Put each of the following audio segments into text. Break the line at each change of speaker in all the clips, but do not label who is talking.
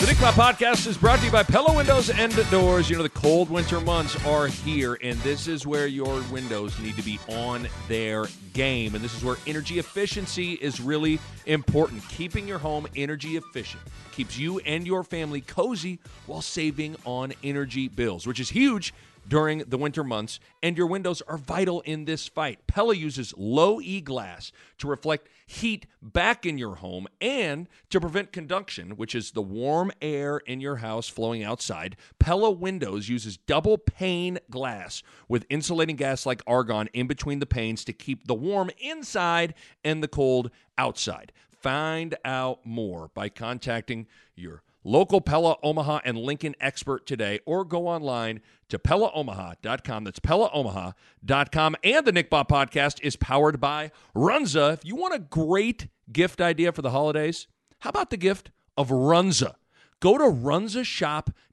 The Nick Pop Podcast is brought to you by Pella Windows and Doors. You know, the cold winter months are here, and this is where your windows need to be on their game. And this is where energy efficiency is really important. Keeping your home energy efficient keeps you and your family cozy while saving on energy bills, which is huge during the winter months, and your windows are vital in this fight. Pella uses low E glass to reflect heat back in your home and to prevent conduction, which is the warm air in your house flowing outside. Pella Windows uses double pane glass with insulating gas like argon in between the panes to keep the warm inside and the cold outside. Find out more by contacting your local Pella Omaha and Lincoln expert today or go online to PellaOmaha.com. That's PellaOmaha.com. And the Nick Bob podcast is powered by Runza. If you want a great gift idea for the holidays, how about the gift of Runza? Go to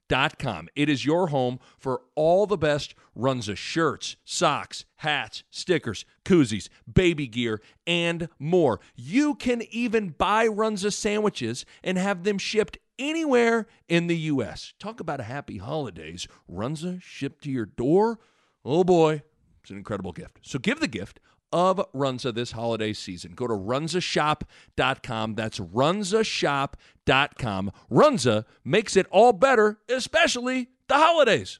RunzaShop.com. It is your home for all the best Runza shirts, socks, hats, stickers, koozies, baby gear, and more. You can even buy Runza sandwiches and have them shipped anywhere in the U.S. Talk about a happy holidays. Runza shipped to your door. Oh boy, it's an incredible gift. So give the gift of Runza this holiday season. Go to runzashop.com. That's runzashop.com. Runza makes it all better, especially the holidays.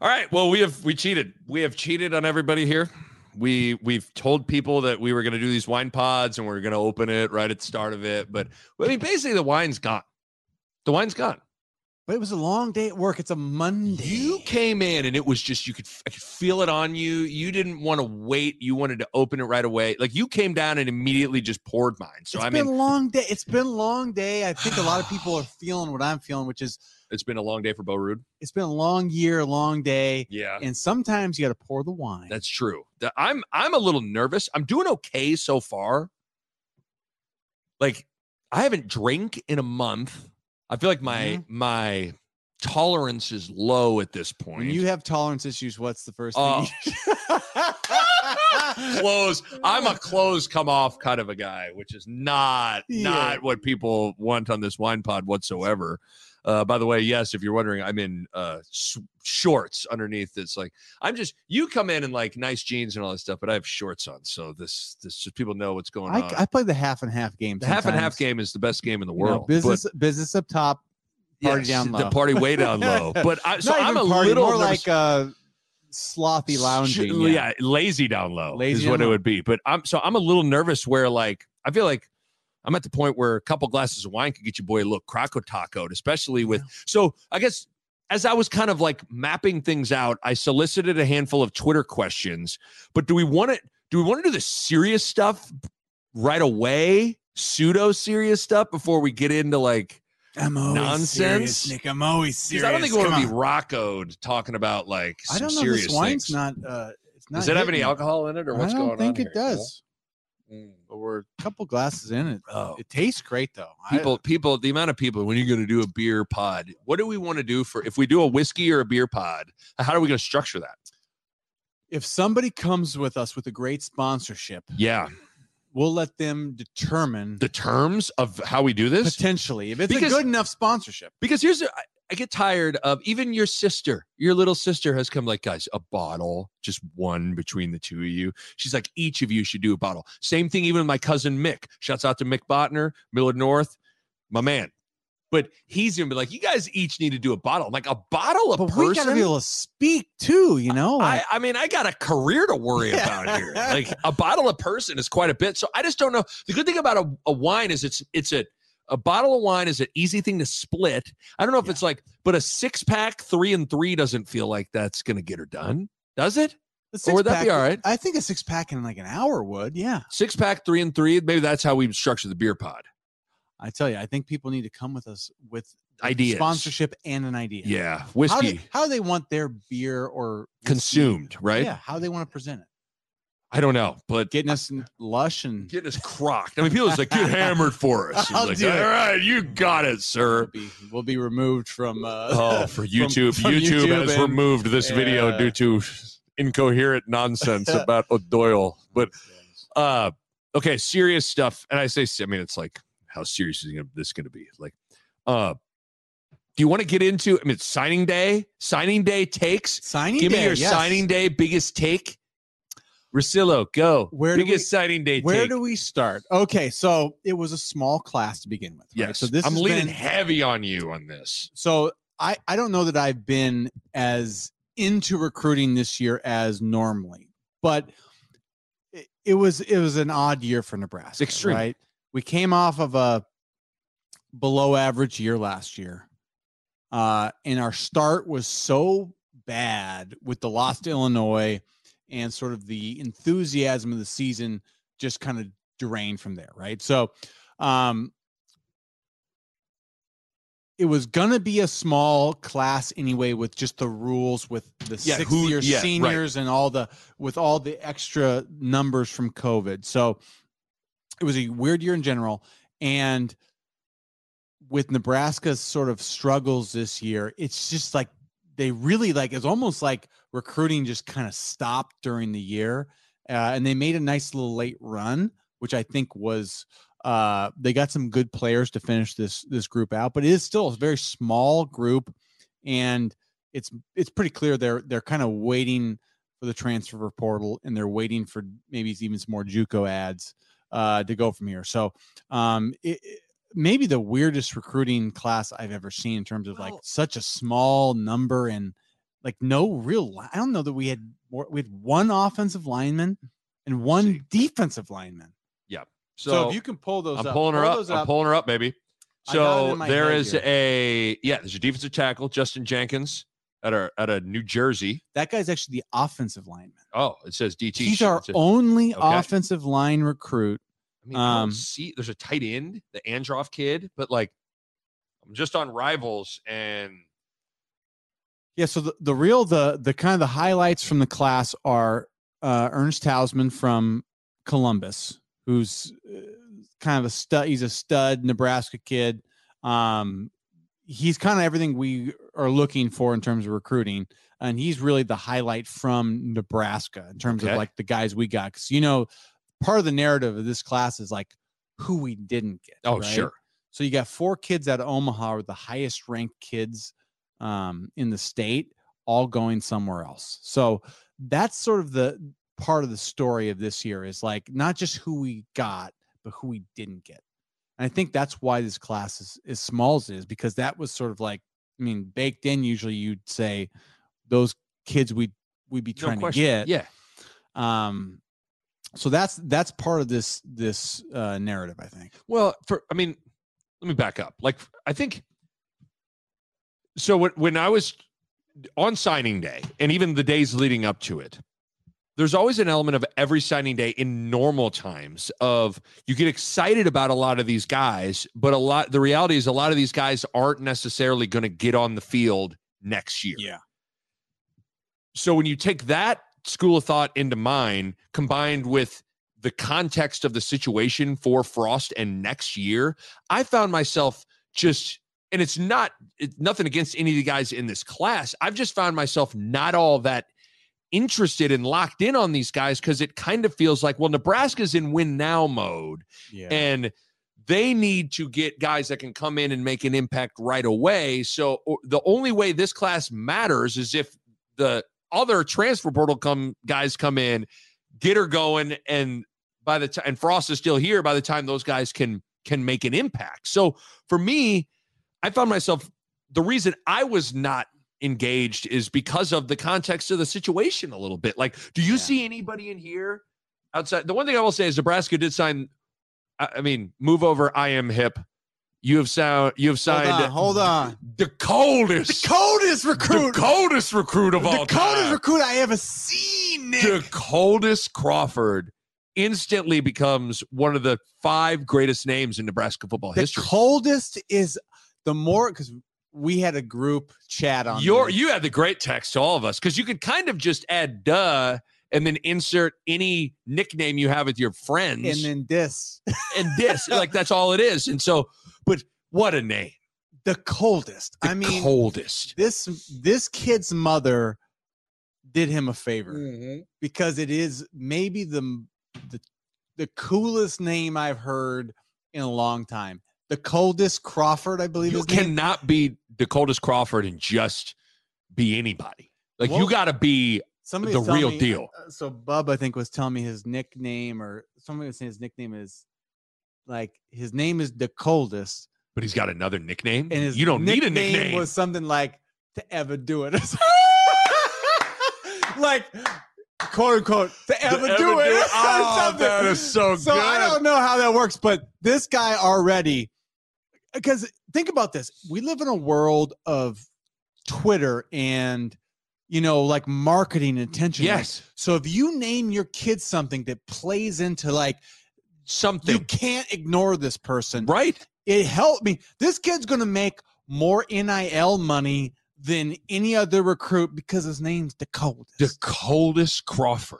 All right. Well, we have we cheated. We have cheated on everybody here. We we've told people that we were going to do these wine pods and we are going to open it right at the start of it, but I mean basically the wine's gone. The wine's gone.
But it was a long day at work. It's a Monday.
You came in and it was just you could I could feel it on you. You didn't want to wait. You wanted to open it right away. Like you came down and immediately just poured mine. So
It's
I
been
mean,
a long day. It's been a long day. I think a lot of people are feeling what I'm feeling, which is
it's been a long day for Bo Rude.
it's been a long year, a long day,
Yeah,
and sometimes you got to pour the wine.
that's true. The- I'm I'm a little nervous. I'm doing okay so far. Like I haven't drank in a month. I feel like my
Mm-hmm.
my tolerance is low at this point.
when you have tolerance issues. What's the first
Oh.
thing? you-
clothes. I'm a clothes come off kind of a guy, which is not
Yeah.
not what people want on this wine pod whatsoever. Uh, by the way, yes, if you're wondering, I'm in uh, s- shorts underneath. It's like I'm just you come in in like nice jeans and all that stuff, but I have shorts on, so this this just people know what's going
I,
on.
I play the half and half game.
the half and half
sometimes.
game is the best game in the
You know,
world. but-
business, business up top. party down
the
low.
party way down low. But I, so
Not
I'm a
even party,
little
more
nervous.
like uh, slothy
Sh-
lounging.
yeah. lazy down low
Lazy
is
down
what it
low.
would be. But I'm so I'm a little nervous where like I feel like I'm at the point where a couple glasses of wine could get you boy a little croco tacoed, especially with so I guess as I was kind of like mapping things out, I solicited a handful of Twitter questions. But do we want to do we want to do the serious stuff right away? Pseudo serious stuff before we get into like
I'm always
Nonsense?
serious, Nick. I'm always serious.
because I don't think we want
Come
to be
on.
rockoed talking about like some
I don't know.
serious
This wine's
things.
not. Uh, it's not
does it have any
hitting.
alcohol in it or what's
I don't
going on?
think
here?
it does.
Mm.
But we're a couple glasses in it.
Oh.
It tastes great though. I-
people people the amount of people when you're going to do a beer pod what do we want to do for if we do a whiskey or a beer pod how are we going to structure that
if somebody comes with us with a great sponsorship,
yeah
we'll let them determine
the terms of how we do this
potentially if it's
Because-
a good enough sponsorship.
because here's the- I I get tired of even your sister your little sister has come like guys a bottle just one between the two of you she's like each of you should do a bottle same thing even with my cousin mick shouts out to mick botner millard north my man but he's gonna be like you guys each need to do a bottle I'm like a bottle a
But
person
we gotta be able to speak too. You know,
I,
like,
I mean, I got a career to worry about here. Like a bottle of person is quite a bit. So I just don't know. The good thing about a, a wine is it's it's a a bottle of wine is an easy thing to split. I don't know if
Yeah.
it's like, but a six pack, three and three doesn't feel like that's gonna get her done, does it?
The
Or would that be
six-pack-
all right?
I think a six pack in like an hour would. Yeah.
Six pack, three and three. Maybe that's how we structure the beer pod.
I tell you, I think people need to come with us with
Ideas.
sponsorship and an idea.
Yeah.
How
Whiskey
do, how they want their beer or whiskey-
consumed, right?
Yeah, how they want to present it.
I don't know, but
Getting us n- lush and
getting us crocked. I mean, people are just like, get hammered for us. It's
I'll
like,
do
all
it.
right, you got it,
we'll
sir.
be, we'll be removed from. Uh,
Oh, for YouTube.
from
YouTube,
YouTube
has
and-
removed this video
Yeah.
due to incoherent nonsense about O'Doyle. But uh okay, serious stuff. And I say I mean it's like how serious is this gonna be? Like, uh do you want to get into I mean it's signing day? Signing day takes.
signing
Give
day.
me your
yes.
signing day biggest take. Rosillo, go.
Where do
biggest
we-
signing day
Where
take.
do we start? Okay, so it was a small class to begin with. right?
Yes.
So this
I'm
has
leaning
been-
heavy on you on this.
so I I don't know that I've been as into recruiting this year as normally, but it, it was it was an odd year for Nebraska.
Extreme.
right? We came off of a below average year last year, uh, and our start was so bad with the loss to Illinois, and sort of the enthusiasm of the season just kind of drained from there, right? So, um, it was gonna be a small class anyway with just the rules with the
Yeah,
sixth
who-
year
yeah, right.
seniors and all the with all the extra numbers from covid so it was a weird year in general and with nebraska's sort of struggles this year it's just like they really like it's almost like recruiting just kind of stopped during the year uh, and they made a nice little late run which i think was uh, they got some good players to finish this this group out, but it is still a very small group, and it's it's pretty clear they're they're kind of waiting for the transfer portal and they're waiting for maybe it's even some more JUCO ads uh, to go from here. So um, it, it- maybe the weirdest recruiting class I've ever seen in terms of like
Well-
such a small number and like no real. li- I don't know that we had more, we had one offensive lineman and one
See.
defensive lineman.
So,
So, if you can pull those,
I'm
up,
pulling her
pull
up.
those
I'm pulling her up, baby.
I got it in
So
my
there
head
is
here.
a yeah. There's a defensive tackle, Justin Jenkins, at our at a New Jersey.
That guy's actually the offensive lineman.
Oh, it says DT.
He's
Shit,
our
it's a-
only
Okay.
offensive line recruit.
I mean, I don't
um,
see, there's a tight end, the Androff kid, but like, I'm just on Rivals and
Yeah. So the, the real the the kind of the highlights from the class are uh, Ernst Hausman from Columbus, who's uh, kind of a stud. He's a stud Nebraska kid. Um, he's kind of everything we are looking for in terms of recruiting, and he's really the highlight from Nebraska in terms
Okay.
of like the guys we got. Because you know, part of the narrative of this class is like who we didn't get.
oh
right?
sure,
So you got four kids out of Omaha are the highest ranked kids um, in the state, all going somewhere else. So that's sort of the part of the story of this year is like not just who we got, but who we didn't get. And I think that's why this class is as small as it is, because that was sort of like, I mean, baked in, usually you'd say those kids we we'd be trying to get
yeah.
um so that's that's part of this this uh narrative i think
Well, for I mean, let me back up. Like I think so when when I was on signing day and even the days leading up to it, there's always an element of every signing day in normal times of you get excited about a lot of these guys, but a lot the reality is a lot of these guys aren't necessarily going to get on the field next year.
Yeah.
So when you take that school of thought into mind combined with the context of the situation for Frost and next year, I found myself just and it's not it's nothing against any of the guys in this class. I've just found myself not all that interested and locked in on these guys because it kind of feels like well Nebraska's in win now mode
yeah
and they need to get guys that can come in and make an impact right away. So o- the only way this class matters is if the other transfer portal come guys come in, get her going, and by the time and Frost is still here, by the time those guys can can make an impact. So for me, I found myself the reason I was not engaged is because of the context of the situation a little bit. Like, do you
Yeah.
see anybody in here outside? The one thing I will say is Nebraska did sign I I mean, move over. I am hip. You have sound. You have signed
Hold on, hold on.
the coldest,
The coldest
the
recruit.
coldest recruit of all
the coldest
time.
recruit I ever seen. Nick.
the coldest Crawford instantly becomes one of the five greatest names in Nebraska football
the
history.
coldest is the more because we had a group chat on
Your
this.
you had the great text to all of us because you could kind of just add duh and then insert any nickname you have with your friends
and then this
and this like that's all it is. And so, but what a name!
the coldest.
The
I mean,
coldest.
this this kid's mother did him a favor because it is maybe the m- the the coolest name I've heard in a long time. The coldest Crawford, I believe.
You
his name-
cannot be the coldest Crawford and just be anybody. Like
Well,
you got to be
Somebody
the
was telling
real
me-
deal.
uh, So Bub, I think, was telling me his nickname, or somebody was saying his nickname is like his name is the coldest,
But he's got another nickname.
and his
you don't need a
nickname
nickname.
was something like to ever do it, like quote unquote to ever, do, it. or
Oh,
something.
that is so,
so
good.
I don't know how that works, but this guy already, because think about this: we live in a world of Twitter and you know, like marketing and attention. Like,
yes,
so if you name your kid something that plays into like you
something
can't ignore this person,
right.
it helped me. This kid's gonna make more NIL money than any other recruit because his name's the coldest.
The coldest Crawford.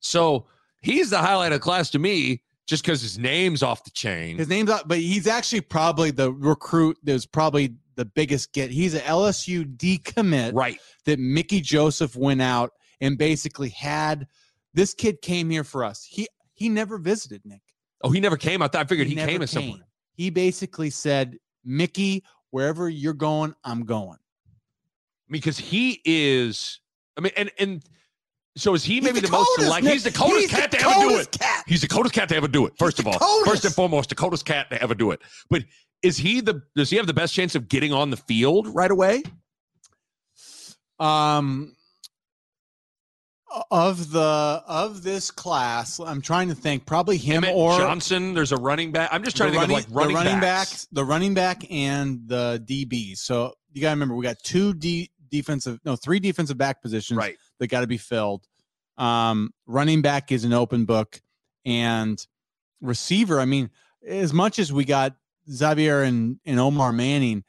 So he's the highlight of class to me, just because his name's off the chain.
His name's not, but he's actually probably the recruit that was probably the biggest get. He's an LSU decommit
right.
that Mickey Joseph went out and basically had. This kid came here for us. He he never visited Nick.
Oh, he never came. I thought I figured he,
never
came as someone.
He basically said, Mickey, wherever you're going, I'm going.
because he is. I mean, and and so is he
He's
maybe
the
the, most
coldest,
like
Nick.
he's the coldest
He's
cat
the
to ever do
coldest
it.
cat.
He's the coldest cat to ever do it. First
the
of all, first
coldest.
and foremost, the coldest cat to ever do it. But is he the? Does he have the best chance of getting on the field right away?
Um of the of this class, I'm trying to think, probably him
Emmett
or
Johnson. There's a running back. I'm just trying
the
to think
running,
of like running,
the running
backs.
the running back and the DB. So you gotta remember we got two D defensive no three defensive back positions
Right.
that gotta be filled. Um running back is an open book and receiver, I mean, as much as we got Xavier and, and Omar Manning,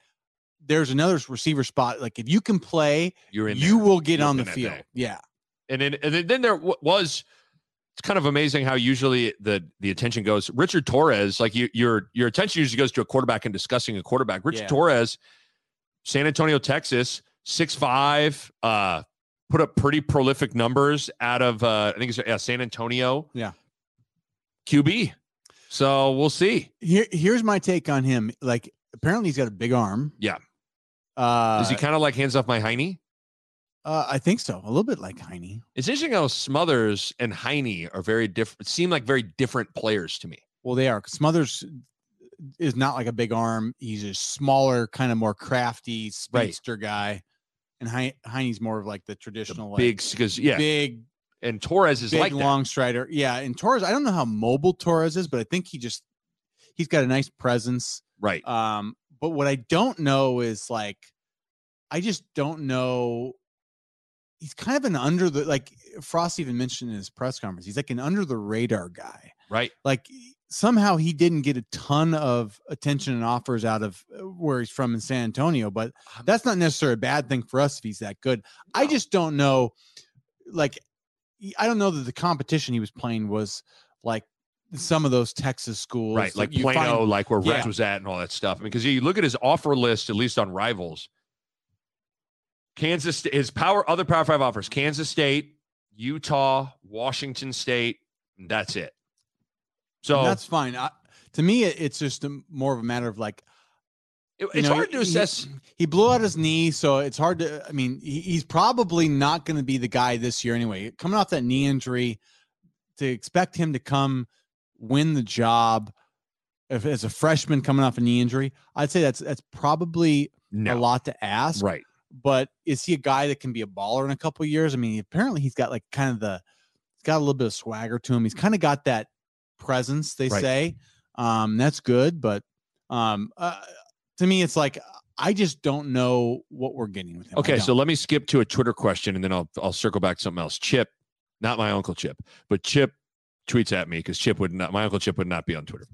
there's another receiver spot. Like if you can play,
You're in.
you
there.
will get
You're
on
in
the
that
field.
day.
Yeah.
and then and then- then there w- was it's kind of amazing how usually the the attention goes richard torres like you your your attention usually goes to a quarterback and discussing a quarterback richard
Yeah.
torres san antonio texas 6-5 uh put up pretty prolific numbers out of uh i think it's yeah, san antonio
Yeah.
qb so we'll see
Here, here's my take on him. Like, apparently he's got a big arm.
Yeah.
Uh,
is he kind of like hands off my heiny
uh, I think so. A little bit like Heine.
it's interesting how Smothers and Heine are very different. Seem like very different players to me.
Well, they are. Smothers is not like a big arm. He's a smaller, kind of more crafty
Right.
speedster guy. And Heine, Heine's more of like the traditional, like,
Big because yeah,
big,
and Torres is
big
like that.
long strider. Yeah. And Torres, I don't know how mobile Torres is, but I think he just, he's got a nice presence.
right?
Um, but what I don't know is like, I just don't know. He's kind of an under the like Frost even mentioned in his press conference. He's like an under the radar guy.
Right.
Like e, somehow he didn't get a ton of attention and offers out of uh, where he's from in San Antonio, but that's not necessarily a bad thing for us if he's that good. I just don't know. Like, y- I don't know that the competition he was playing was like some of those Texas schools,
Right.
that
Like
you find-
Plano, like where Rex
Yeah.
was at and all that stuff. I mean, because you look at his offer list, at least on rivals, Kansas, his power, other Power Five offers Kansas State, Utah, Washington State, and that's it. So
And that's fine. I, to me, it, it's just a, m- more of a matter of like
it-
you
it's
know,
hard to
he-
assess.
he blew out his knee, so it's hard to. I mean, he, he's probably not going to be the guy this year anyway. Coming off that knee injury, to expect him to come win the job if, as a freshman coming off a knee injury, I'd say that's that's probably a
No.
lot to ask.
Right.
But is he a guy that can be a baller in a couple years? I mean, apparently he's got like kind of the he's got a little bit of swagger to him. He's kind of got that presence, they
Right.
say. Um, that's good, but Um, uh, to me, it's like I just don't know what we're getting with him. I
Okay, so
don't.
let me skip to a Twitter question and then I'll I'll circle back to something else. Chip, not my uncle Chip, but Chip tweets at me because Chip would not my uncle Chip would not be on Twitter.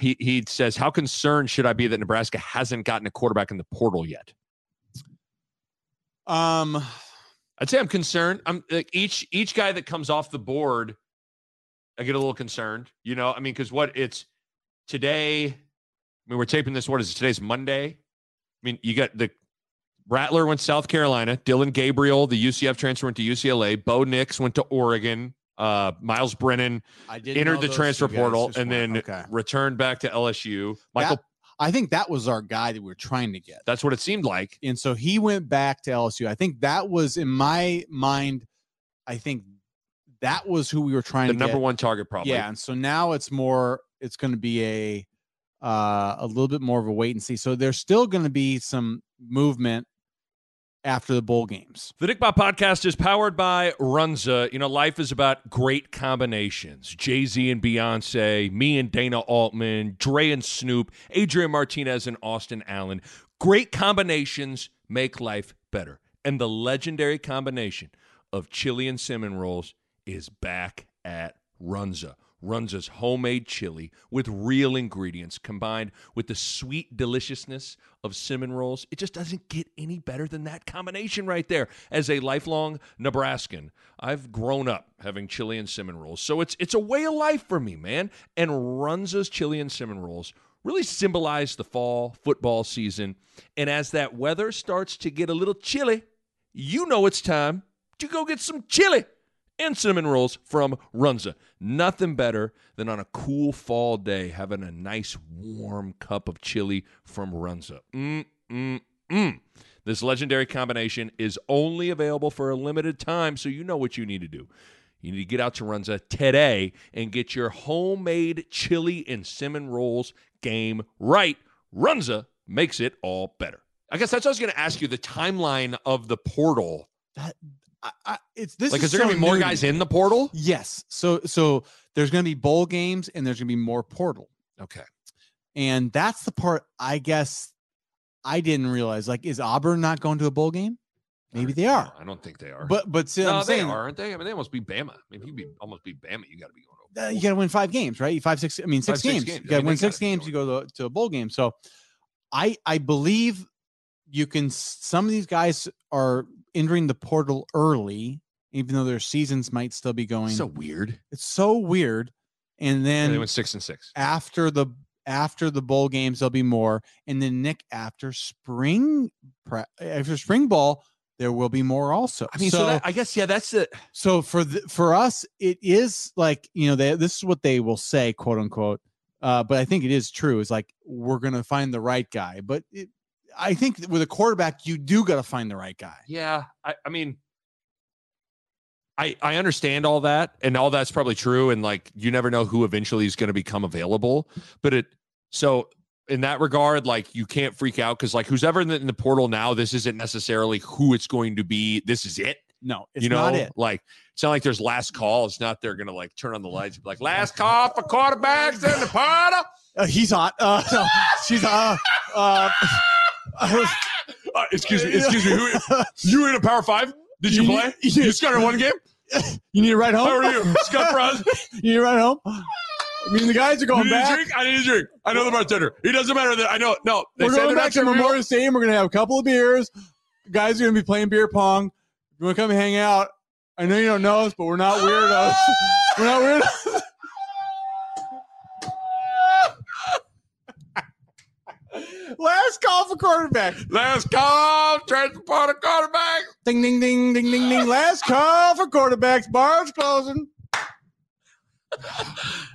He he says, How concerned should I be that Nebraska hasn't gotten a quarterback in the portal yet?
um,
I'd say I'm concerned. I'm like each each guy that comes off the board, I get a little concerned. You know, I mean, because what it's today. I mean, we're taping this. What is it? Today's Monday. I mean, you got the Rattler went to South Carolina. Dylan Gabriel, the UCF transfer, went to UCLA. Bo Nix went to Oregon. Uh, Miles Brennan
I did
entered the transfer portal and then returned back to LSU. Michael,
I think that was our guy that we were trying to get.
that's what it seemed like.
and so he went back to LSU. I think that was in my mind. I think that was who we were trying
The
to
number
get.
one target, probably.
Yeah, and so now it's more. It's going to be a uh, a little bit more of a wait and see. So there's still going to be some movement after the bowl games.
The Dick Bob Podcast is powered by Runza. You know, life is about great combinations. Jay Z and Beyonce, me and Dana Altman, Dre and Snoop, Adrian Martinez and Austin Allen. Great combinations make life better. And the legendary combination of chili and cinnamon rolls is back at Runza. Runza's homemade chili with real ingredients combined with the sweet deliciousness of cinnamon rolls. It just doesn't get any better than that combination right there. As a lifelong Nebraskan, I've grown up having chili and cinnamon rolls. So it's it's a way of life for me, man. And Runza's chili and cinnamon rolls really symbolize the fall football season. And as that weather starts to get a little chilly, you know it's time to go get some chili and cinnamon rolls from Runza. Nothing better than on a cool fall day having a nice warm cup of chili from Runza. Mm, mm, mm. This legendary combination is only available for a limited time, so you know what you need to do. You need to get out to Runza today and get your homemade chili and cinnamon rolls game right. Runza makes it all better.
I guess that's what I was going to ask you. The timeline of the portal.
I, I, it's this.
Like, is there
so
going to be more
new to
guys
me.
in the portal?
Yes. So so there's going to be bowl games and there's going to be more portal.
Okay.
And that's the part I guess I didn't realize. Like, is Auburn not going to a bowl game? Maybe they are.
I don't think they are.
But but see,
no,
I'm
they
saying
are, aren't they? I mean, they almost beat Bama. I mean, you be almost beat Bama. You got to be going over.
uh, you got to win five games, right? Five, six. I mean, six
Five, six
games.
games.
You
I
got to
mean,
win
they gotta
six
be
games. You go to, to a bowl game. So, I I believe you can. s- Some of these guys are entering the portal early, even though their seasons might still be going.
so weird.
it's so weird. And
And
then
they went six and six.
after the after the bowl games there'll be more and then nick after spring pra- after spring ball there will be more also
I mean, so, that, I guess yeah, that's it.
so for the, for us it is like you know they, this is what they will say quote unquote uh, but i think it is true is like we're gonna find the right guy but it, i think that with a quarterback you do gotta find the right guy
Yeah, I, I mean, I I understand all that, and all that's probably true, and like you never know who eventually is going to become available. But it so in that regard, like you can't freak out because like who's ever in the, in the portal now, this isn't necessarily who it's going to be. This is it.
no it's
you know,
not it
like it's not like there's last call. It's not they're gonna like turn on the lights, and be like last call for quarterbacks in the portal.
uh, he's hot uh, no, she's uh, uh,
Uh, excuse me, excuse me. Who, you in a power five? Did you
You- Oh.
play? You started one game.
you need a ride
How
home
are you, Scott Frost?
you need a ride home i mean the guys are
You
going
need
back
a drink? I need a drink. I know the bartender. He doesn't matter that I know. No, they
we're
said
going
they're
back
not
to
gonna
Memorial Stadium. We're gonna have a couple of beers. The guys are gonna be playing beer pong. You wanna come hang out? I know you don't know us, but we're not weirdos. we're not weirdos. Last call for quarterback.
remote. Last call, transport a quarterback.
Ding ding ding ding ding ding. Last call for quarterbacks. Bar's closing.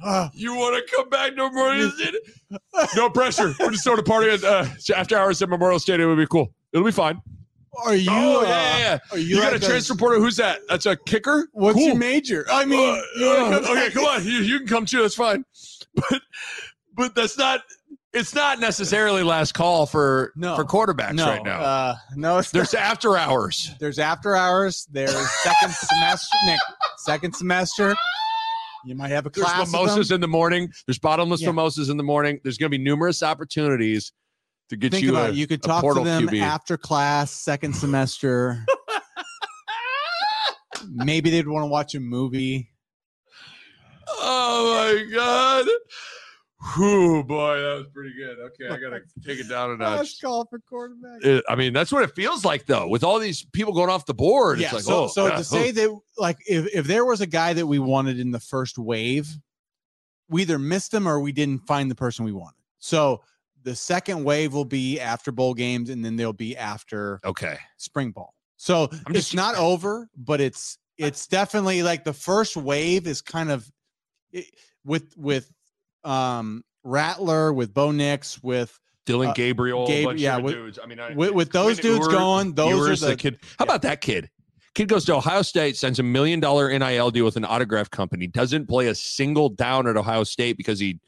Ah,
You want to come back to Memorial Stadium? No pressure. We're just throwing a party at uh, after hours at Memorial Stadium. It'll be cool. It'll be fine.
are you?
oh
uh,
yeah, yeah, yeah.
Are you,
You, got
like
a
the-
transfer portal. Who's that? That's a kicker.
What's
cool.
your major? I mean,
Uh,
you wanna
uh,
come
okay,
back?
come on, you, you can come too. That's fine. But but that's not. It's not necessarily last call for
No.
for quarterbacks
no,
right now.
Uh, no, it's
There's after hours.
There's after hours. There's second semester. Nick, second semester. You might have a
There's
class of them.
mimosas in the morning. There's bottomless
Yeah.
mimosas in the morning. There's going to be numerous opportunities to get
Think
you
about
a,
it. You could
a
talk to
portal
them
QB.
after class, second semester. Maybe they'd want to watch a movie.
Oh my god. Whew, boy, that was pretty good. Okay, I gotta take it down a notch.
Last call for quarterback.
It- I mean, that's what it feels like though, with all these people going off the board.
yeah.
it's like,
so,
oh,
so
yeah,
to say that, like, if, if there was a guy that we wanted in the first wave, we either missed them or we didn't find the person we wanted. So the second wave will be after bowl games, and then they'll be after
oh, okay.
spring ball. So
I'm
it's
just-
not over, but it's it's definitely like the first wave is kind of it, with with um Rattler, with Bo Nix, with
Dylan
Uh,
Gabriel,
Gab-
a bunch
yeah,
of
with-
dudes. I mean, I,
with, with those
Quinn
dudes
Ewers-
going, those
Ewers,
are
the
the,
kid. How about that kid? Kid goes to Ohio State, sends a million dollar NIL deal with an autograph company, doesn't play a single down at Ohio State because he,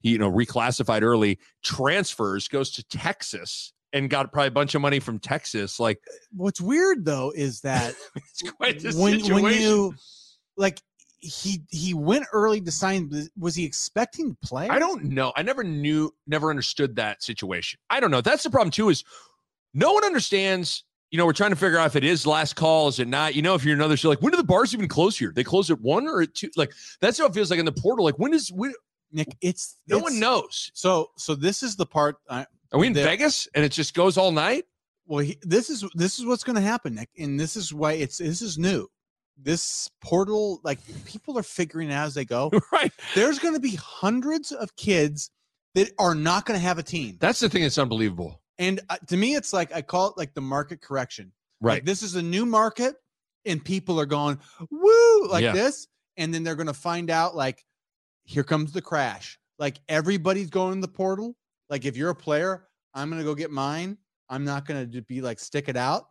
he you know, reclassified early, transfers, goes to Texas and got probably a bunch of money from Texas. Like
what's weird though is that
it's quite the
when
situation.
when you like he he went early to sign was he expecting to play?
I don't know. I never knew, never understood that situation. I don't know. That's the problem too. Is no one understands. You know, we're trying to figure out if it is last call, is it not? You know, if you're another, so like, when do the bars even close here? They close at one or at two? Like, that's how it feels like in the portal. Like, when is when?
Nick, it's
No
it's-
one knows.
So so this is the part I,
Are we in
The-
Vegas and it just goes all night?
well he, this is this is what's going to happen nick and this is why it's this is new this portal like people are figuring out as they go
right.
there's going to be hundreds of kids that are not going to have a team
That's the thing that's unbelievable.
and uh, to me it's like i call it like the market correction Like,
Right.
this is a new market and people are going woo like
Yeah.
this and then they're going to find out like here comes the crash like everybody's going to the portal like if you're a player i'm going to go get mine i'm not going to be like stick it out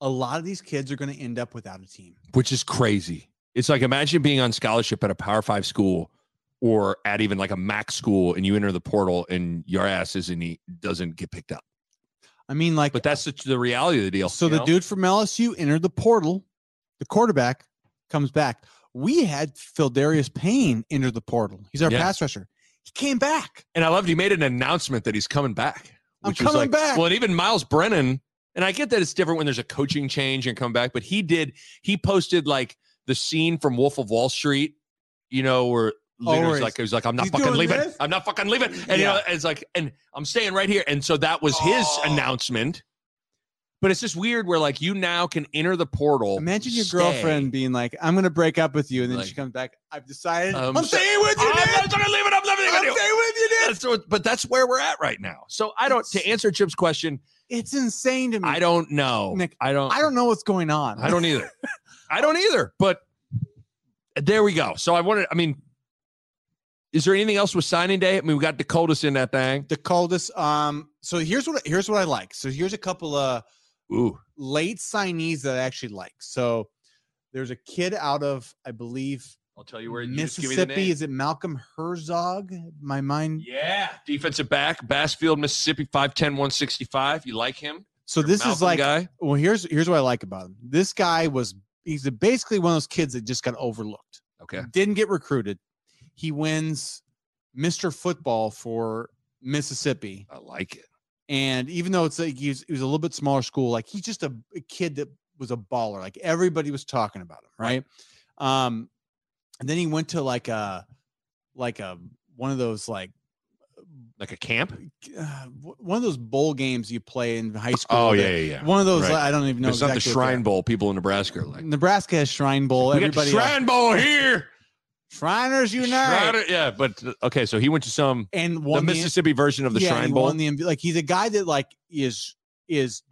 a lot of these kids are going to end up without a team
Which is crazy. It's like imagine being on scholarship at a power five school or at even like a Mac school and you enter the portal and your ass isn't he doesn't get picked up.
i mean like
But that's the, the reality of the deal.
so
you
the
know?
dude from lsu entered the portal the quarterback comes back we had Darius payne enter the portal he's our
Yeah.
pass rusher he came back
and I loved he made an announcement that he's coming back.
I'm
which was
coming
like-
back.
Well, and even Miles Brennan, and I get that it's different when there's a coaching change and come back, but he did. He posted like the scene from Wolf of Wall Street, you know, where
where
Leonard's
he's-
like, he was like, I'm not
he's
fucking
doing
leaving.
this?
I'm not fucking leaving. And you know, it's like, and I'm staying right here. And so that was his
Oh.
announcement. But it's just weird where like you now can enter the portal.
Imagine your
stay.
girlfriend being like, "I'm gonna break up with you," and then she
Like,
comes back. I've decided.
um,
I'm
so-
staying with you,
I'm
dude.
not fucking leaving. I'm living with
I'm
you.
staying with you, dude.
That's what- but that's where we're at right now. So I don't to answer Chip's question.
It's insane to me.
I don't know.
Hmm. Nick,
I don't.
I don't know what's going on.
I don't either. I don't either. But there we go. So I wanted. I mean, is there anything else with signing day? I mean, we got Dakotas in that thing.
e-, The coldest. Um. So here's what here's what I like. So here's a couple of
Ooh,
late signees that I actually like. So there's a kid out of I believe
I'll tell you where. You just give me the
Mississippi.
name.
Is it Malcolm Herzog? My mind.
Yeah, defensive back, Bassfield, Mississippi, 5'10", 165. You like him?
So
Your
this is
Malcolm
like
guy.
well here's here's what I like about him. This guy was he's basically one of those kids that just got overlooked.
Okay,
didn't get recruited. He wins Mr. Football for Mississippi.
I like it.
And even though it's like he was, he was a little bit smaller school, like he's just a, a kid that was a baller. Like everybody was talking about him, right? Um, and then he went to like a like a one of those like
Like a camp.
uh, wh- one of those bowl games you play in high school. that-
Oh, yeah, yeah.
one of those.
right.
like, I don't even know.
it's not the
exactly what
Shrine
they're-
Bowl people in Nebraska are like.
Nebraska has Shrine Bowl.
We got the
everybody,
Shrine Bowl here.
Shriners Unite,
Shriner- yeah, but uh, okay, so he went to some
and
the
won the
Mississippi version of the
yeah,
Shrine
he
Bowl.
Won the MVP. Like he's a guy that like is is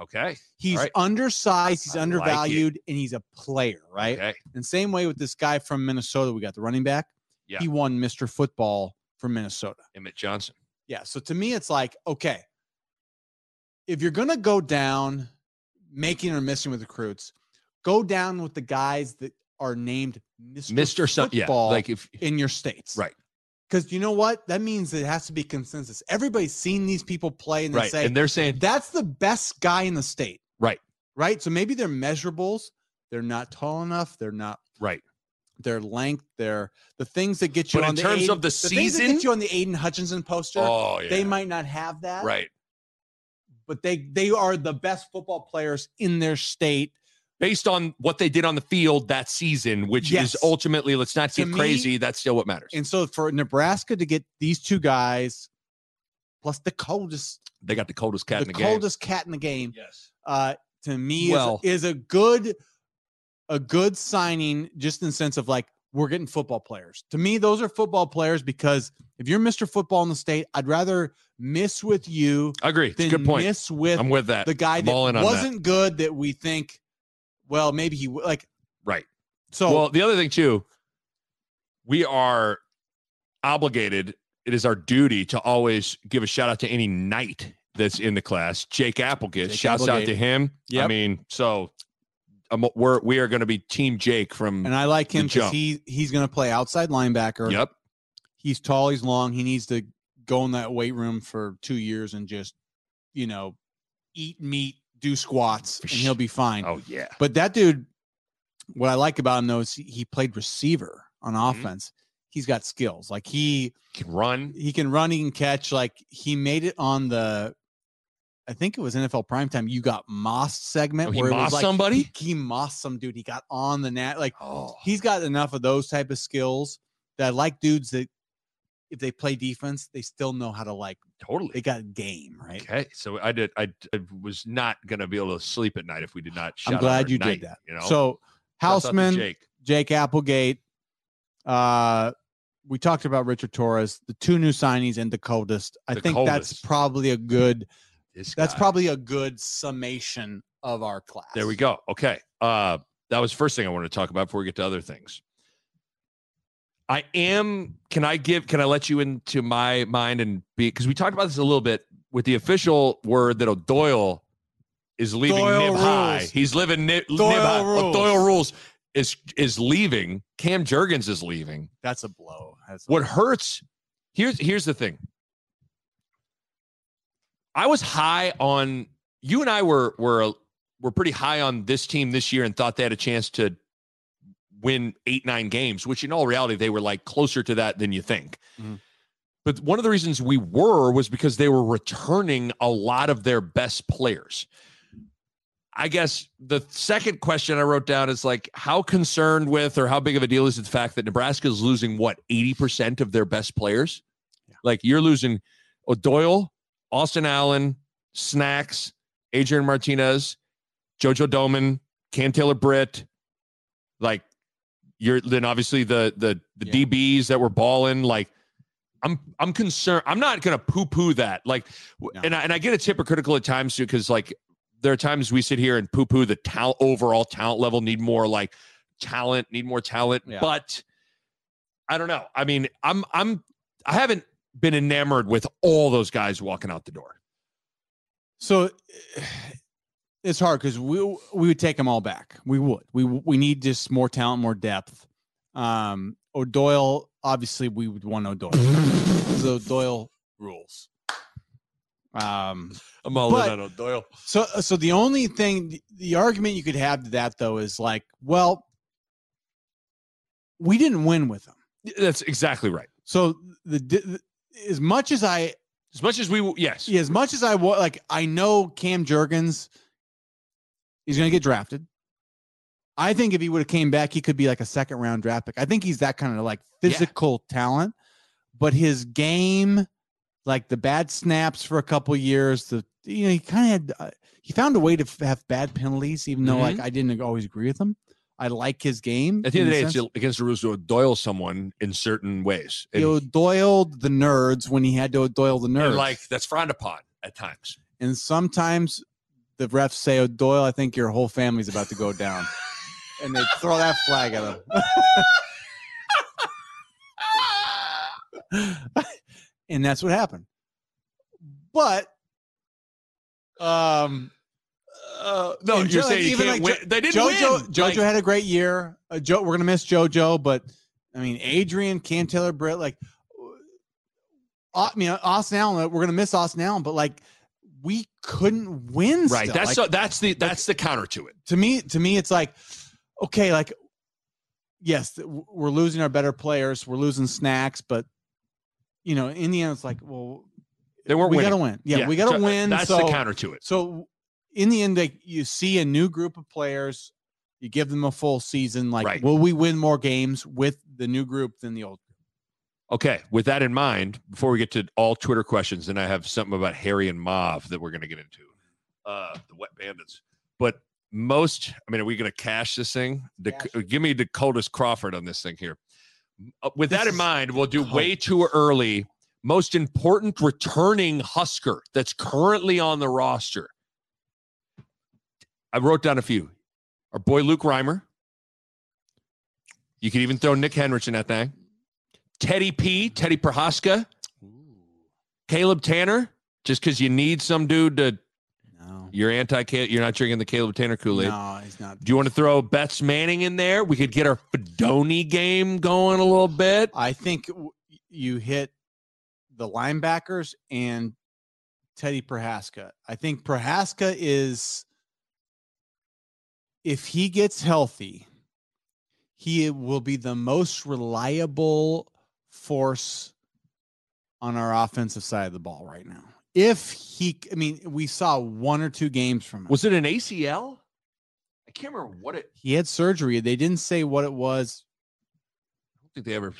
okay,
he's
right.
undersized, he's
I like it.
undervalued, and he's a player, right?
okay,
And same way with this guy from Minnesota, we got the running back.
Yeah.
He won Mr. Football for Minnesota.
Emmett Johnson.
Yeah. So to me, it's like, okay, if you're gonna go down making or missing with recruits, go down with the guys that are named Mr.
Mr. Some, yeah,
Football
like if
in your states.
Right.
Because you know what? That means it has to be consensus. Everybody's seen these people play and they
right,
say
and they're saying
that's the best guy in the state.
Right.
Right. So maybe they're measurables. They're not tall enough. They're not
right,
their length, their the things that get you
But in
on the
terms
Aiden-
of the
things that
season-
get you on the Aiden Hutchinson poster,
Oh yeah,
they might not have that,
right.
But they they are the best football players in their state.
Based on what they did on the field that season, which
Yes.
is ultimately, let's not
To
get
me-
crazy. That's still what matters.
And so for Nebraska to get these two guys, plus the coldest
They got the coldest cat
the,
in the game.
coldest cat in the game,
Yes.
uh, to me is-
Well-
is, a good a good signing just in the sense of like we're getting football players to me those are football players because if you're mr football in the state i'd rather miss with you
I agree. It's a
than
good point.
miss with
I'm with that.
the guy
I'm
that
all in on that.
wasn't good that we think well maybe he w- like
Right.
so
well, the other thing too, we are obligated. It is our duty to always give a shout out to any knight that's in the class. Jake Applegate.
Jake
shouts out
Applegate.
to him. I
Yep.
mean, so um, we're we are going to be Team Jake from.
and i like him because
jump.
he he's going to play outside linebacker
yep.
he's tall he's long he needs to go in that weight room for two years and just you know eat meat do squats
For
and
sure.
he'll be fine
Oh yeah.
But that dude, what I like about him though is he- he played receiver on
Mm-hmm.
offense. He's got skills. Like he
Can run.
he can run, he can catch. Like he made it on the, I think it was NFL primetime. You got Moss segment
Oh, he
where it
mossed
was like
somebody?
He, he mossed some dude. He got on the net. Like
Oh.
he's got enough of those type of skills that I like dudes that if they play defense, they still know how to like
Totally.
they got game right.
Okay, so I did. I, I was not going to be able to sleep at night if we did not. Shout
I'm
out
glad
our
you did
knight,
that.
You know,
So
Shouts out to
Houseman,
Jake.
Jake Applegate. Uh, we talked about Richard Torres, the two new signees, and the coldest. I
The
think that's
coldest.
probably a good.
This
That's
guy.
probably a good summation of our class.
There we go. Okay. Uh, that was the first thing I wanted to talk about before we get to other things. I am. Can I give? Can I let you into my mind and be? Because we talked about this a little bit with the official word that O'Doyle is leaving
Doyle
Nib High.
rules.
He's living Nib, Nib
Doyle
High.
rules.
O'Doyle rules is is leaving. Cam Jurgens is leaving.
That's a blow. That's a
What
blow.
hurts here's here's the thing. I was high on you and I were were were pretty high on this team this year and thought they had a chance to win eight nine games, which in all reality they were like closer to that than you think.
Mhm.
But one of the reasons we were was because they were returning a lot of their best players. I guess the second question I wrote down is like, how concerned with or how big of a deal is it the fact that Nebraska is losing what eighty percent of their best players? Like you're losing O'Doyle, Austin Allen, Snacks, Adrian Martinez, JoJo Doman, Cam Taylor Britt. Like you're then obviously the the the
Yeah.
DBs that were balling. Like I'm I'm concerned. I'm not gonna poo poo that. Like, w-
No.
and I, and I get it's hypocritical at times too because like there are times we sit here and poo poo the talent overall talent level. Need more like talent. Need more talent.
Yeah.
But I don't know. I mean, I'm I'm I haven't been enamored with all those guys walking out the door.
So it's hard because we we would take them all back. We would. We we need just more talent, more depth. Um, O'Doyle, obviously, we would want O'Doyle. so Doyle rules. Um,
I'm all
But-
on Doyle.
So, so the only thing, the argument you could have to that though is like, well, we didn't win with them.
That's exactly right.
So the, the as much as I,
As much as we w- yes,
yeah, as much as I wa- like, I know Cam Jurgens, he's going to get drafted. I think if he would have came back, he could be like a second round draft pick. I think he's that kind of like
Yeah.
physical talent, but his game, like the bad snaps for a couple years, the you know he kind of had uh, he found a way to f- have bad penalties, even though like I didn't always agree with him. I like his game.
Mm-hmm. At the
in
end of
a
the day, it's
sense.
against the rules to Doyle someone in certain ways.
he O'Doyle the nerds when he had to O'Doyle the nerds.
and like that's frowned upon at times.
and sometimes the refs say, "Oh, Doyle, I think your whole family's about to go down," and they throw that flag at Ah! him. and that's what happened. But um,
Uh, no,
And
you're
Jo-
saying you
even
can't
like
win. They didn't
JoJo
win.
JoJo
Like,
had a great year. Uh, jo- we're gonna miss JoJo, but I mean, Adrian, Cam
Mm-hmm.
Taylor, Britt, like, uh, I mean, Austin Allen. We're gonna miss Austin Allen, but like, we couldn't win.
right.
still.
that's
Like,
so, that's the that's the counter to it.
to me to me it's like okay like yes, th- w- we're losing our better players, we're losing snacks, but you know, in the end, it's like, well,
They weren't
we
winning.
got to win. Yeah, we got to
so, uh,
win.
That's
so-
the counter to it.
So in the end, like you see a new group of players, you give them a full season. Like,
Right.
will we win more games with the new group than the old?
Okay, with that in mind, before we get to all Twitter questions, and I have something about Harry and Mauve that we're going to get into, uh, the Wet Bandits. But most, I mean, are we going to cash this thing? Dak-
Cash
give me Dakota's Crawford on this thing here. Uh, with
This
that in
is-
mind, we'll do
Oh.
way too early. Most important returning Husker that's currently on the roster. I wrote down a few. Our boy Luke Reimer. You could even throw Nick Henrich in that thing. Teddy P, Teddy Prohaska, Caleb Tanner, just because you need some dude to
No,
you're anti you're not drinking the Caleb Tanner Kool-Aid.
no, he's not.
Do you want to throw Betts Manning in there? We could get our Fedoni game going a little bit.
I think w- you hit the linebackers and Teddy Prohaska. I think Prohaska is, if he gets healthy, he will be the most reliable force on our offensive side of the ball right now. If he, I mean, we saw one or two games from him.
Was it an ACL? I can't remember what it.
he had surgery. They didn't say what it was.
I don't think they ever.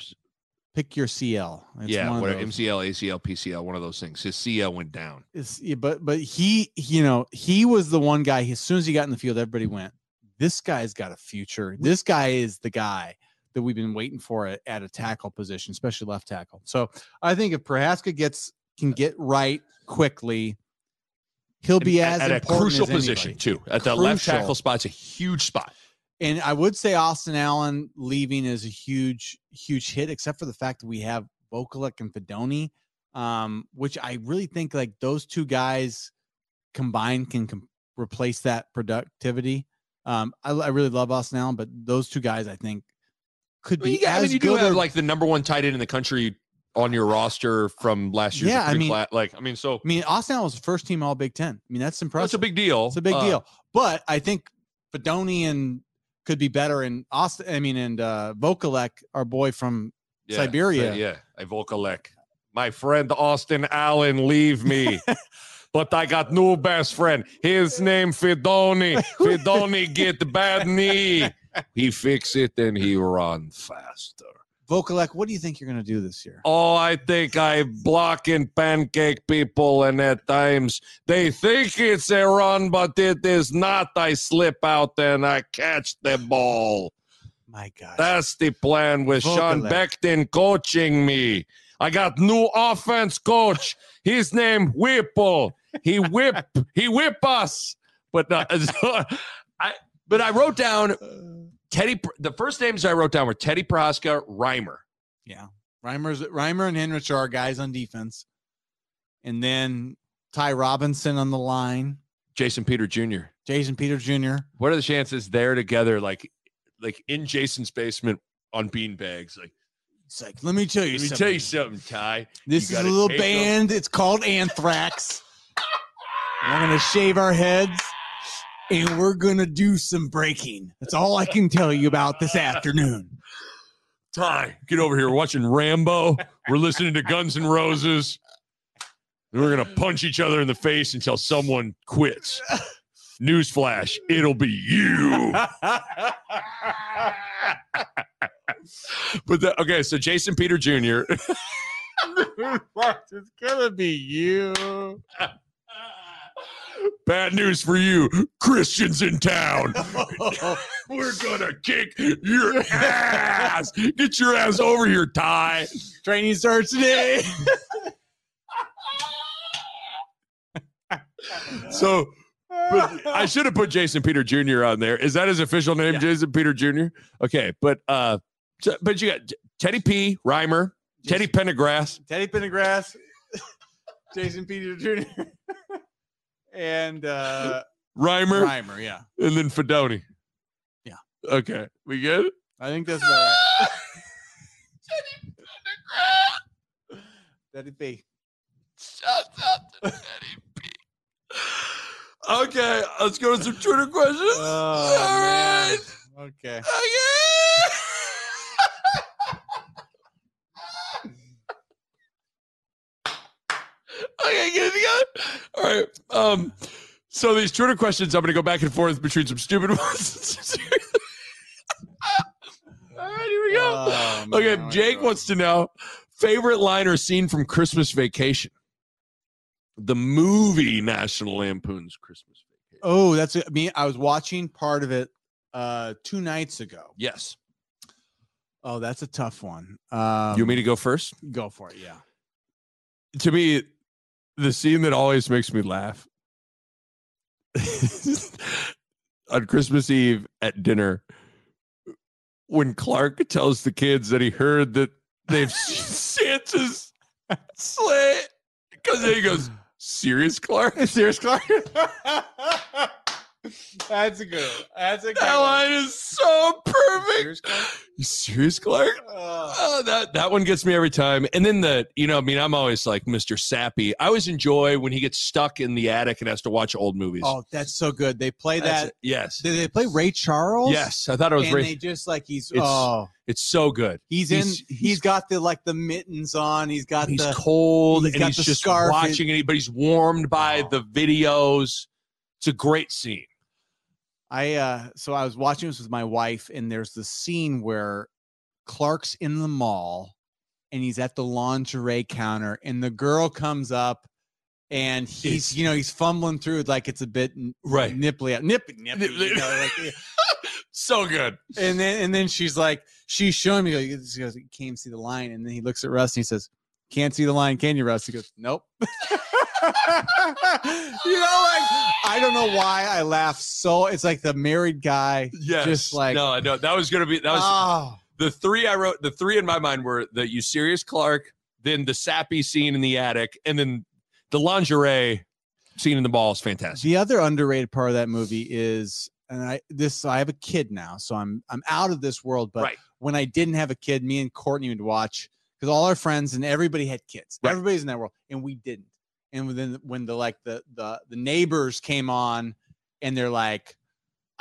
Pick your CL. It's
yeah,
one of
whatever.
those.
MCL, ACL, PCL, one of those things. His CL went down.
It's, yeah, but but he you know he was the one guy. As soon as he got in the field, everybody went. This guy's got a future. This guy is the guy that we've been waiting for at, at a tackle position, especially left tackle. So I think if Prohaska gets can get right quickly, he'll
And
be as
at, at a
important
crucial
as anybody.
position too. At the left
Crucial.
tackle spot's a huge spot.
And I would say Austin Allen leaving is a huge, huge hit, except for the fact that we have Vokalek and Fedoni, um, which I really think like those two guys combined can com- replace that productivity. Um, I, I really love Austin Allen, but those two guys I think could
Well,
be
you got- I
as
mean, you do
good
have
or-
like the number one tight end in the country on your roster from last year's
Yeah, I mean-
pre-cla- like I mean, so
I mean, Austin Allen was first team All Big Ten. I mean, that's impressive.
that's a big deal.
It's a big
Uh,
deal. But I think Fedoni and could be better, and Austin. I mean, and uh, Vokalek, our boy from
yeah,
Siberia.
Yeah, I Volkalek. My friend Austin Allen, leave me. But I got new best friend. His name Fidoni. Fidoni get bad knee. He fix it and he run faster.
Vokalek, what do you think you're going to do this year?
Oh, I think I blocking pancake people, and at times they think it's a run, but it is not. I slip out and I catch the ball.
My God.
That's the plan with Sean
Vocalek.
Beckton coaching me. I got new offense coach. His name Whipple. He whip. he whip us. But uh, so I. But I wrote down
Uh,
Teddy. Pr- The first names I wrote down were Teddy Prohaska, Reimer.
Reimer's, Reimer and Henrich are our guys on defense. And then Ty Robinson on the line,
Jason Peter Jr.
Jason Peter Jr.
What are the chances they're together, like, like in Jason's basement on beanbags? Like,
It's like, let me tell you
let me
something.
tell you something, Ty.
this
you
is a
gotta
little
take 'em.
band. It's called Anthrax. and I'm going to shave our heads and we're going to do some breaking. That's all I can tell you about this afternoon.
Ty, get over here. We're watching Rambo. We're listening to Guns N' Roses. And We're gonna punch each other in the face until someone quits. Newsflash: It'll be you. but the, okay, so Jason Peter Jr.
it's going to be you.
Bad news for you. Christians in town. We're gonna kick your ass. Get your ass over here, Ty.
Training starts today.
So but I should have put Jason Peter Jr. on there. Is that his official name,
Yeah.
Jason Peter Jr.? Okay, but uh, so- but you got Teddy P. Reimer, Teddy Pendergrass,
Teddy Pendergrass, Jason Peter Jr., and uh,
Reimer,
Reimer. Yeah,
and then Fedoni.
Yeah.
Okay, we good.
I think that's about right. Teddy P.
Okay, let's go to some Twitter questions.
Oh,
All right.
man. Okay.
Okay. Okay, get it together. All right. Um, so these Twitter questions, I'm going to go back and forth between some stupid ones. All right, here we go.
Oh, man,
okay,
oh my
Jake
God.
wants to know favorite line or scene from Christmas Vacation. The movie National Lampoon's Christmas Vacation.
Oh, that's I mean, I was watching part of it uh two nights ago.
Yes.
Oh, that's a tough one. Um,
you want me to go first?
go for it? Yeah.
To me, the scene that always makes me laugh on Christmas Eve at dinner when Clark tells the kids that he heard that they've seen Santa's sleigh because he goes, Serious, Clark?
Serious, Clark. that's a good. One. That's a good.
That line is so perfect.
Serious, Clark?
You serious, Clark?
Oh,
Oh, that that one gets me every time. And then the, you know, I mean, I'm always like Mr. Sappy. I always enjoy when he gets stuck in the attic and has to watch old movies.
oh, that's so good. They play
That's
that.
it. Yes.
Did they play Ray Charles?
Yes. I thought it was
And
Ray.
they just like he's
It's-
oh
it's so good.
he's,
he's-
in he's
he's-
got the like the mittens on he's got
He's
the
cold
he's
and
got
he's
the
just
scarf and-
watching it, but he's warmed by
Oh.
the videos. It's a great scene.
I uh so I was watching this with my wife, and there's the scene where Clark's in the mall and he's at the lingerie counter, and the girl comes up and he's
It's-
you know, he's fumbling through it like it's a bit n-
Right.
nipply out nippy nippy. you know, like,
So good.
and then and then she's like, she's showing me like she goes, You can't see the line, and then he looks at Russ and he says, Can't see the line, can you, Russ? He goes, Nope. you know, like I don't know why I laugh so it's like the married guy.
Yes.
Just like-
no, no, that was gonna be that was
oh.
the three I wrote, the three in my mind were the you serious Clark, then the sappy scene in the attic, and then the lingerie scene in the ball is fantastic.
The other underrated part of that movie is, and I this I have a kid now, so I'm I'm out of this world. But
Right.
when I didn't have a kid, me and Courtney would watch because all our friends and everybody had kids.
Right.
Everybody's in that world, and we didn't. And then when the like the the the neighbors came on, and they're like.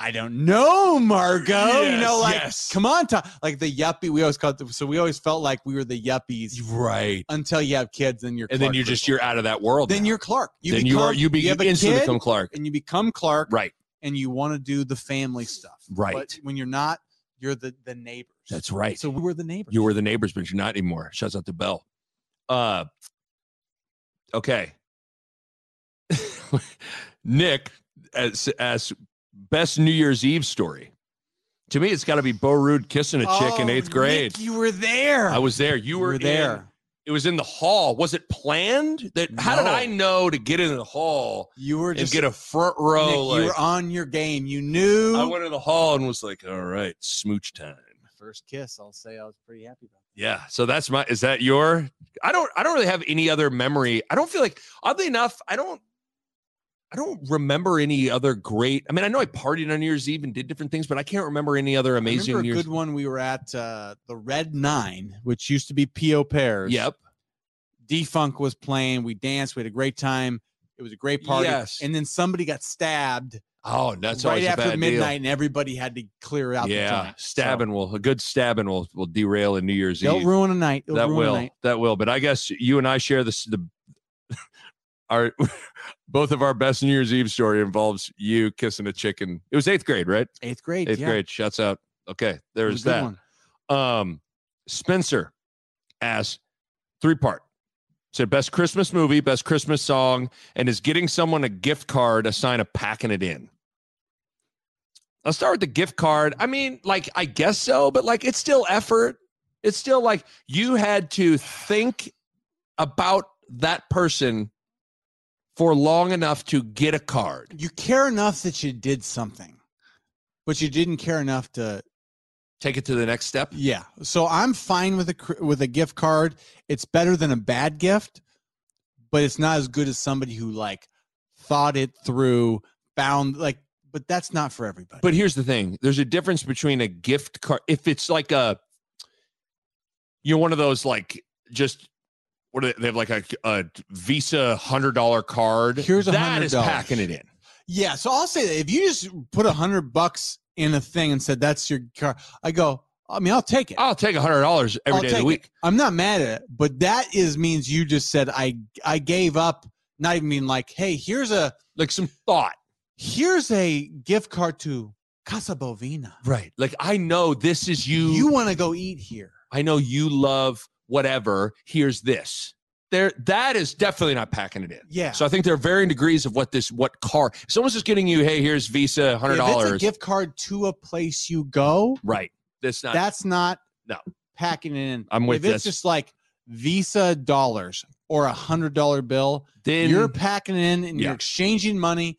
I don't know, Margot. you know,
Yes,
like,
yes.
come on, Tom. Like the yuppie, we always called. The, so we always felt like we were the yuppies
Right.
until you have kids, and you're.
And then
Clark
you're just
Griswold.
you're out of that world.
Then
now.
you're Clark. You
then
become,
you are you, be, you
have a
instantly
kid,
become Clark.
and you become Clark
Right.
and you want to do the family stuff.
Right.
But when you're not, you're the the neighbors.
That's right.
So we were the neighbors.
You were the neighbors, but you're not anymore. Shouts out to Bell. Uh okay. Nick as as best New Year's Eve story. To me, it's gotta be Bo Rude kissing a chick in
Oh,
eighth
Nick,
grade.
you were there.
I was there. You were, there. it was in the hall. Was it planned? That how did
No.
I know to get in the hall
You were
and
just
get a front row?
Nick,
like,
you were on your game. You knew.
I went in the hall and was like, "All right, smooch time."
First kiss. I'll say I was pretty happy about.
Yeah. So that's my. Is that your? I don't. I don't really have any other memory. I don't feel like. Oddly enough, I don't. I don't remember any other great. I mean, I know I partied on New Year's Eve and did different things, but I can't remember any other
That.
amazing
I
New
remember a
Year's.
good one. We were at uh, the Red Nine, which used to be P.O. Pairs.
Yep.
Defunk was playing. We danced. We had a great time. It was a great party.
Yes.
And then somebody got stabbed
Oh, that's
right
always a
after
bad
midnight,
Deal.
and everybody had to clear out. the
Yeah,
joint. So-
stabbing will a good stabbing will will derail a New Year's
They'll
Eve.
ruin a night. They'll
that
ruin
will
A night.
that will but i guess you and i share this the our both of our best new year's eve story involves you kissing a chicken it was eighth grade right
Eighth grade.
eighth
yeah.
grade shuts out okay
It
there's
was a good
that
one.
um spencer asks three part said best christmas movie best christmas song and is getting someone a gift card a sign of packing it in i'll start with the gift card i mean like i guess so but like it's still effort it's still like you had to think about that person for long enough to get a card
You care enough that you did something, but you didn't care enough to.
take it to the next step
Yeah. So I'm fine with a cr- with a gift card. It's better than a bad gift, but it's not as good as somebody who like thought it through, found like. But that's not for everybody.
But here's the thing: there's a difference between a gift card. If it's like a, you know, one of those like just what do they, they have like a, a Visa hundred dollar card.
Here's a
that is
$100.
packing it in.
Yeah, so I'll say that if you just put a hundred bucks in a thing and said that's your car, I go, I mean, I'll take it.
I'll take hundred dollars Oh, every
I'll
day of
take
the
it.
week.
I'm not mad at it, but that is means you just said I I gave up. Not even mean like, hey, here's a
Like some thought.
here's a gift card to Casa Bovina.
Right. Like I know this is you.
You want to go eat here?
I know you love whatever. Here's this. There that is definitely not packing it in.
Yeah.
So I think there are varying degrees of what this what car if someone's just getting you, hey, here's Visa, hundred
If it's a
dollars.
gift card to a place you go,
Right. That's not
that's not
No.
packing it in.
I'm with
if it's
this.
just like Visa dollars or a hundred dollar bill,
then
you're packing it in and
Yeah.
you're exchanging money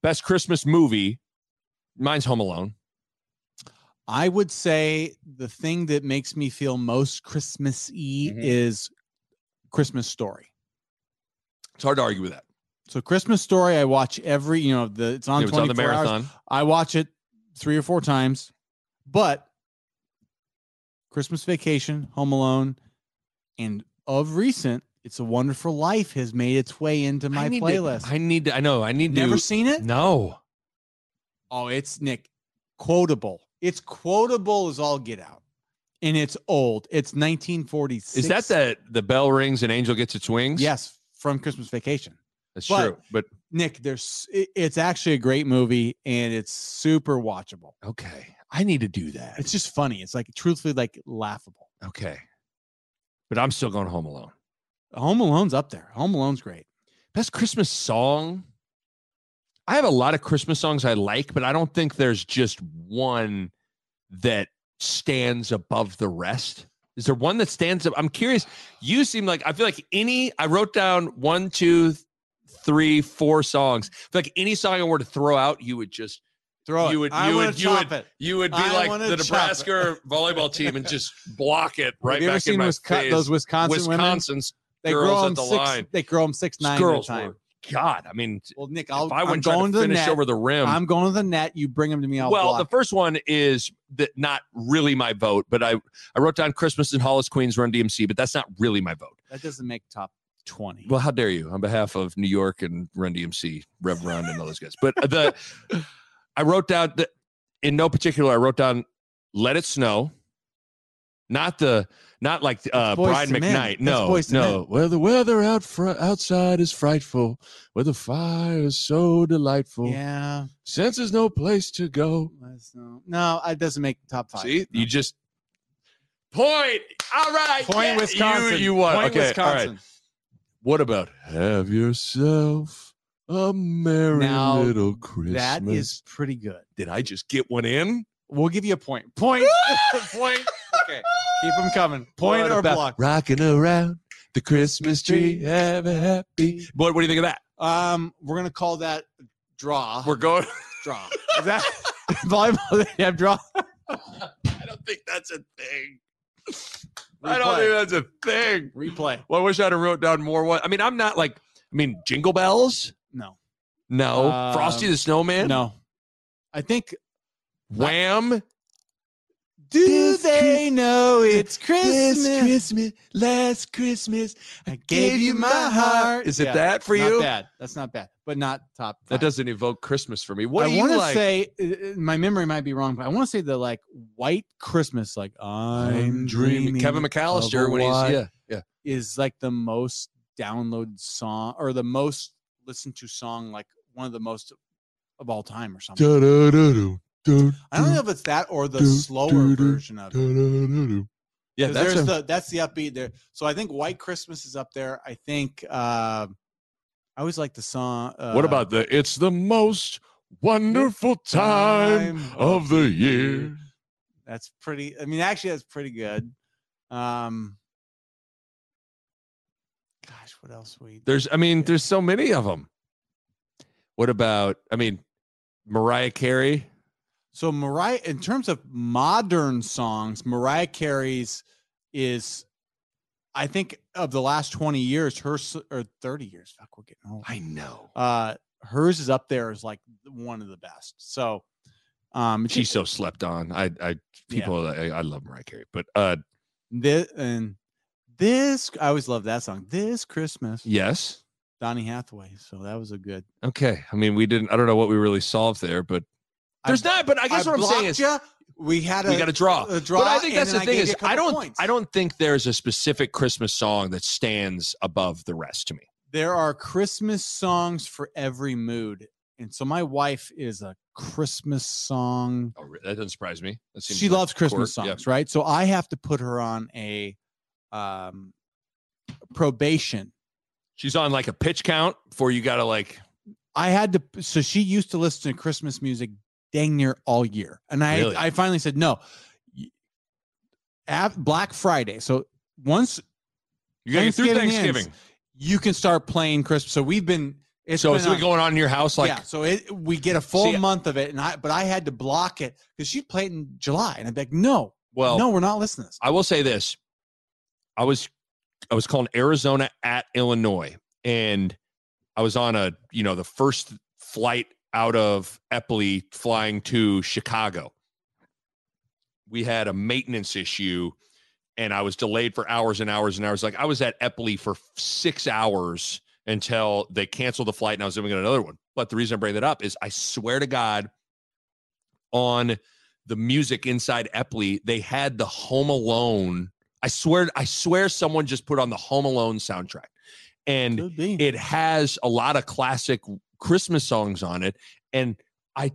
best Christmas movie. Mine's Home Alone.
I would say the thing that makes me feel most Christmassy
Mm-hmm.
Mhm.
is Christmas Story.
It's hard to argue with that.
So Christmas Story, I watch every you know the it's on
it was
twenty
on the
four hours.
marathon.
I watch it three or four times, but Christmas Vacation, Home Alone, and of recent, It's a Wonderful Life has made its way into my
I need to-
playlist.
I need to I know. I need
Never
to
seen it?
No.
Oh, it's Nick quotable. It's quotable as all get out, and it's old. It's nineteen forty six.
Is that the the bell rings and angel gets its wings?
Yes, from Christmas Vacation.
That's
but-
true. But
Nick, there's it- it's actually a great movie and it's super watchable.
okay. I need to do that.
It's just funny. It's like truthfully like laughable.
Okay. But I'm still going home alone.
Home Alone's up there. Home Alone's great.
Best Christmas song. I have a lot of Christmas songs I like, but I don't think there's just one that stands above the rest. Is there one that stands up? I'm curious. You seem like I feel like any I wrote down one, two, th- three, four songs. I feel like any song I were to throw out, you would just
Throw
You
it.
would-
I
you
wanna
would- you
chop it.
you would be
I
like
wanna
the
chop it.
Nebraska volleyball team and just block it right
Have you
back
ever
in
seen
my
Wisco-
face.
those Wisconsin, women?
Wisconsin's
They grow
girls
them
at the
six.
line.
They grow them six nine at a
girls
time.
were God. I mean,
Well, Nick, I'll,
if I
I'm
went trying
going
to
to the
finish
net.
over the rim,
I'm going to the net. You bring them to me. I'll
well,
block.
the first one is that not really my vote, but I I wrote down Christmas and Hollis Queens Run DMC, but that's not really my vote.
that doesn't make top twenty.
Well, how dare you on behalf of New York and Run DMC, Rev Run and all those guys. But the I wrote down the in no particular I wrote down Let It Snow. Not the not like uh
Boyz
Brian
II Men.
McKnight.
That's
No,
Boyz II
no. Well the weather out fr- outside is frightful, where the fire is so delightful.
yeah.
Since there's no place to go.
that's No, no, it doesn't make top five.
See,
No.
you just point. All right,
Point
yeah,
Wisconsin.
You, you won.
Point
okay, all right.
Wisconsin.
What about have yourself a merry
Now,
little Christmas?
That is pretty good.
Did I just get one in?
We'll give you a point. Point. point. Okay. Keep them coming. Point
What
or
about
block.
Rocking around the Christmas tree, have a happy. What What do you think of that?
Um, we're gonna call that draw.
We're going.
draw. Is that volleyball? They have draw.
I don't think that's a thing. I
Replay.
don't think that's a thing.
Replay.
Well, I wish I'd have wrote down more. One. I mean, I'm not like. I mean, Jingle Bells.
No.
No,
Um,
Frosty the Snowman.
No. I think.
Wham.
Do
This
they know it's Christmas?
This Christmas, last Christmas,
I gave you my heart.
Is it
Yeah,
that for
not
you?
bad. That's not bad, but not top.
That
five.
doesn't evoke Christmas for me. What
I
do you
wanna
like?
say uh, uh, my memory might be wrong, but I want to say the like white Christmas, like I'm dreaming.
Kevin
of
McAllister
a
when he's
white-
yeah yeah.
is like the most downloaded song or the most listened to song, like one of the most of all time or something. I don't know if it's that or the slower version of it. Yeah, that's there's the that's the upbeat there. So I think White Christmas is up there. I think uh, I always like the song. Uh,
what about the? It's the most wonderful time of the year.
That's pretty. I mean, actually, that's pretty good. Um, gosh, what else we?
There's, I mean, there's so many of them. What about? I mean, Mariah Carey.
So Mariah, in terms of modern songs, Mariah Carey's is, I think, of the last twenty years, her s- or thirty years. Fuck, we're getting old.
I know.
Uh, hers is up there as like one of the best. So, um, it's
She's so slept on. I, I, people, I, I love Mariah Carey, but uh,
This and this, I always love that song. This Christmas,
yes.
Donny Hathaway. So that was a good.
Okay. I mean, we didn't. I don't know what we really solved there, but there's not. But I guess what I'm saying is
ya. we had a
we got to draw.
a draw.
but I think
and
that's
then
the thing
gave you
is
a
I
couple
don't.
points.
I don't think there's a specific Christmas song that stands above the rest to me.
There are Christmas songs for every mood, and so my wife is a Christmas song.
Oh, re- that doesn't surprise me. That seems
She
like
loves Christmas
core- yeah.
songs, right? So I have to put her on a um probation
She's on like a pitch count before you got to like.
I had to. So she used to listen to Christmas music dang near all year, and I
Really?
I finally said no. At Black Friday, so once
You got to get through
Thanksgiving
Thanksgiving.
you can start playing Christmas. So we've been it's
so
been
is it
on-
going on in your house? Like,
yeah. So it we get a full
See,
month of it, and I but I had to block it because she played in July, and I'm like, no,
well,
no, we're not listening. To this.
I will say this. I was I was calling Arizona at Illinois and I was on a, you know, the first flight out of Epley flying to Chicago. We had a maintenance issue and I was delayed for hours and hours and hours. Like I was at Epley for 6 hours until they canceled the flight and I was doing another one. But the reason I bring that up is I swear to God on the music inside Epley, they had the Home Alone. I swear, I swear someone just put on the Home Alone soundtrack. And
Could be.
it has a lot of classic Christmas songs on it. And I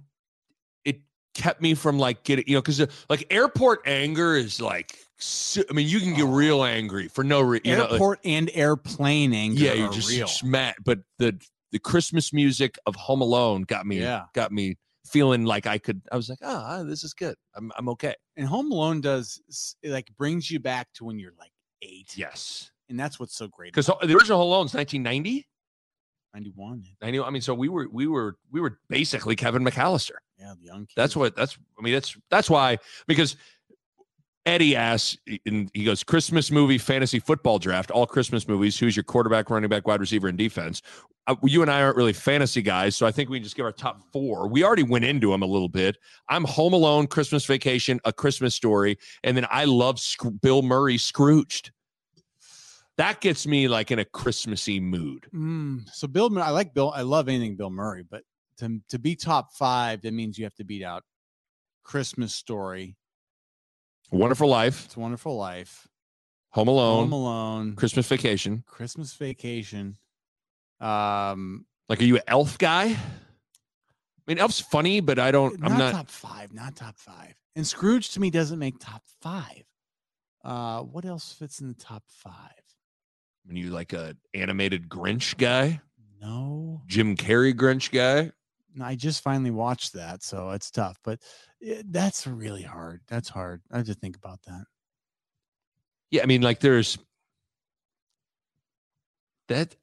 it kept me from like getting, you know, because like airport anger is like su- I mean, you can get
Oh.
real angry for no reason.
Airport and airplane anger.
yeah,
you
you're
are
just
real.
smack. But the the Christmas music of Home Alone got me
Yeah.
got me feeling like I could I was like, ah, this is good. I'm I'm okay.
And Home Alone does s- it like brings you back to when you're like eight,
Yes.
and that's what's so great.
because the original Home Alone's 1990.
ninety one.
90, I mean, so we were we were we were basically Kevin McAllister.
Yeah, the young. Kid.
That's what that's. I mean, that's that's why because Eddie asks and he goes Christmas movie fantasy football draft all Christmas movies. Who's your quarterback, running back, wide receiver, and defense? Uh, you and I aren't really fantasy guys, so I think we can just give our top four. We already went into them a little bit. I'm Home Alone, Christmas Vacation, A Christmas Story, and then I love Sc- Bill Murray Scrooged. That gets me like in a Christmassy mood.
Mm, so Bill, Mur- I like Bill. I love anything Bill Murray, but to to be top five, that means you have to beat out Christmas Story,
Wonderful Life,
It's a Wonderful Life,
Home Alone,
Home Alone,
Christmas Vacation.
Christmas Vacation. Um,
Like, are you an Elf guy? I mean, Elf's funny, but I don't.
not,
Oh, I'm not.
top five, not top five. And Scrooge to me doesn't make top five. Uh, what else fits in the top five?
I mean, you like a animated Grinch guy,
No,
Jim Carrey Grinch guy.
No, I just finally watched that, so it's tough. But eh, that's really hard. That's hard. I have to think about that.
Yeah, I mean, like there's that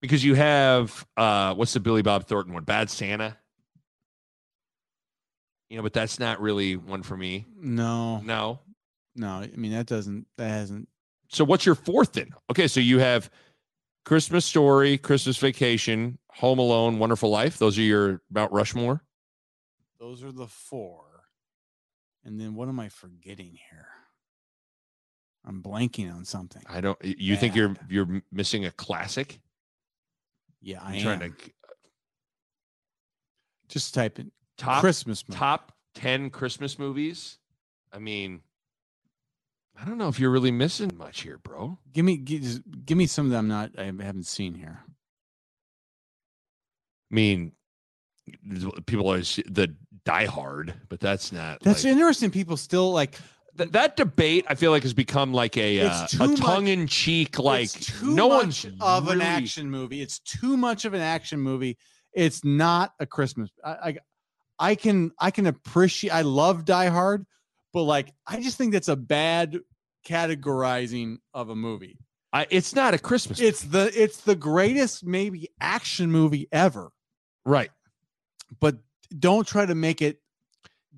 because you have uh what's the Billy Bob Thornton one? Bad Santa. You know, but that's not really one for me.
No,
No.
No, I mean that doesn't that hasn't
so what's your fourth then? Okay, so you have Christmas Story, Christmas Vacation, Home Alone, Wonderful Life. Those are your Mount Rushmore.
those are the four. And then what am I forgetting here? I'm blanking on something.
I don't. You think you're
Bad.
you're m- missing a classic?
Yeah,
I'm
I am.
trying to
just type in
top
Christmas movie.
top ten Christmas movies. I mean, I don't know if you're really missing much here, bro.
Give me gi- just give, me some that I'm not I haven't seen here.
I mean, people always the Die Hard, but that's not.
That's
like-
interesting. People still like
th- that debate I feel like has become like a
It's
uh,
too
a
much-
tongue in cheek like
it's too
no
much
one's
of an
really-
action movie. It's too much of an action movie. It's not a Christmas. I, I, I can I can appreciate. I love Die Hard, but like I just think that's a bad categorizing of a movie.
I, it's not a Christmas
It's the it's the greatest maybe action movie ever,
right.
but don't try to make it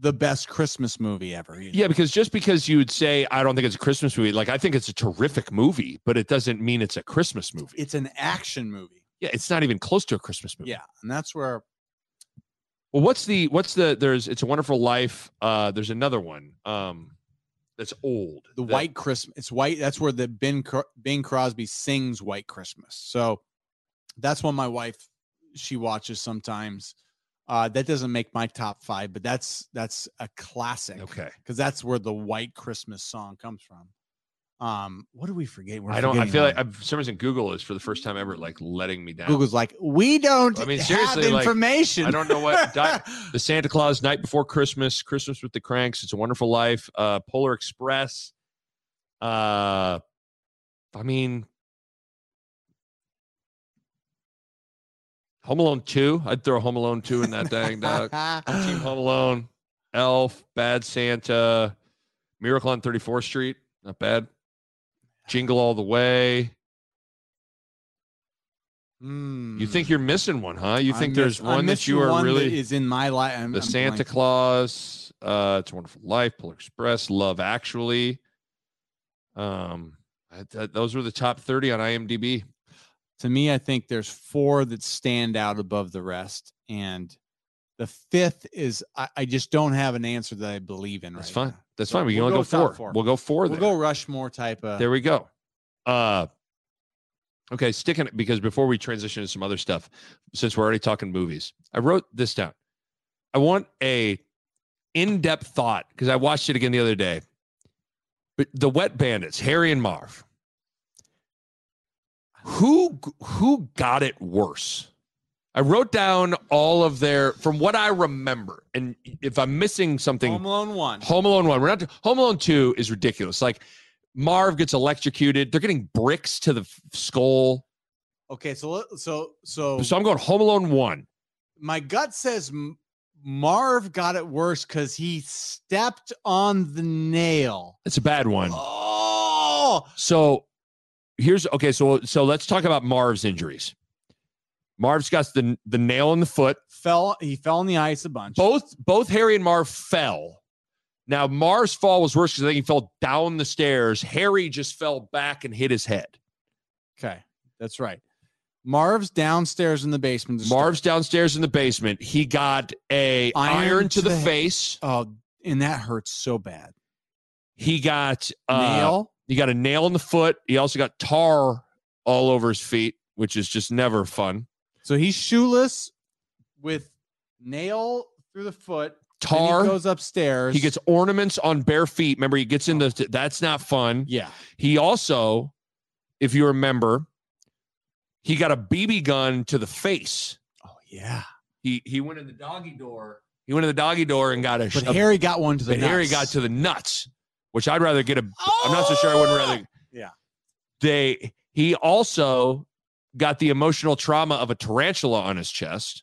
the best Christmas movie ever. you know?
Yeah, because just because you would say I don't think it's a Christmas movie, like I think it's a terrific movie, but it doesn't mean it's a Christmas movie.
it's an action movie.
Yeah, it's not even close to a Christmas movie.
Yeah, and that's where
Well, what's the what's the there's it's a wonderful life. Uh there's another one. Um that's old.
the
that-
white christmas it's white that's where the ben Cro- bing crosby sings white christmas so that's one my wife she watches sometimes uh that doesn't make my top five but that's that's a classic
Okay.
because that's where the white christmas song comes from um what do we forget We're
I don't I
forgetting
feel like
one.
I've, for some reason Google is for the first time ever like letting me down.
google's like we don't
I mean,
have
seriously, like,
information
I don't know what di- the Santa Claus Night Before Christmas, Christmas with the Cranks, It's a Wonderful Life, uh, Polar Express. Uh, I mean, Home Alone two. I'd throw Home Alone two in that thing. Doc. Team Home Alone, Elf, Bad Santa, Miracle on Thirty Fourth Street. Not bad. Jingle All the Way. You
Mm.
think you're missing one, huh? You
I
think
miss-
there's
I
one that
missed
you are
one
really
that is in my life I'm-
The
I'm
Santa
blanking.
Claus, uh, It's a Wonderful Life, Polar Express, Love Actually. Um, I, th- those were the top thirty on IMDb.
to me, I think there's four that stand out above the rest, and the fifth is I, I just don't have an answer that I believe in.
That's
right
fine.
now.
That's
So
fine. We can
we'll
only
go
go, 4
top four.
We'll go four.
We'll
there.
go Rushmore type of.
there we go. Uh, okay, sticking it because before we transition to some other stuff, since we're already talking movies, I wrote this down. I want a in-depth thought because I watched it again the other day. But the Wet Bandits, Harry and Marv. Who who got it worse? I wrote down all of their from what I remember, and if I'm missing something,
Home Alone one.
Home Alone one. We're not Home Alone two is ridiculous. Like Marv gets electrocuted. They're getting bricks to the f- skull.
Okay, so let- so so
So I'm going Home Alone one.
my gut says M- Marv got it worse because he stepped on the nail.
It's a bad one.
Oh,
So here's okay. So so let's talk about Marv's injuries. Marv's got the the nail in the foot.
fell he fell on the ice a bunch.
Both both Harry and Marv fell. Now Marv's fall was worse because I think he fell down the stairs. Harry just fell back and hit his head.
Okay, that's right. Marv's downstairs in the basement. to start.
Marv's downstairs in the basement. He got a iron, to, the,
head.
face.
Oh, and that hurts so bad.
He got uh,
Nail.
He got a nail in the foot. He also got tar all over his feet, which is just never fun.
So he's shoeless with nail through the foot. Then
Tar.
He
He,
goes upstairs.
gets ornaments on bare feet. Remember, he gets in the. That's not fun.
yeah.
He also, if you remember, he got a BB gun to the face.
Oh yeah.
He he went in the doggy door. He went in the doggy door and got a.
But
a-
Harry got one to the.
but Harry got
nuts.
to the nuts, which I'd rather get a I'm not so sure I wouldn't rather.
Yeah.
They he also got the emotional trauma of a tarantula on his chest.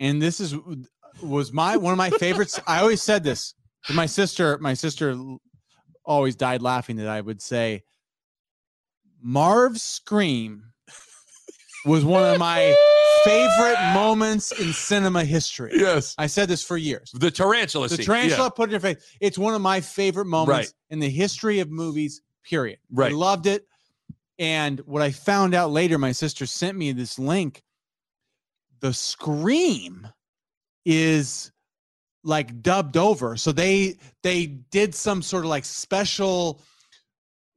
And this is was my one of my favorites. I always said this to my sister. My sister always died laughing that I would say Marv's scream was one of my favorite moments in cinema history.
Yes.
I said this for years.
The tarantula
The
scene.
tarantula
Yeah.
put it in your face. It's one of my favorite moments
Right.
in the history of movies, period.
Right.
I loved it. And what I found out later, my sister sent me this link. The scream is like dubbed over. So they they did some sort of like special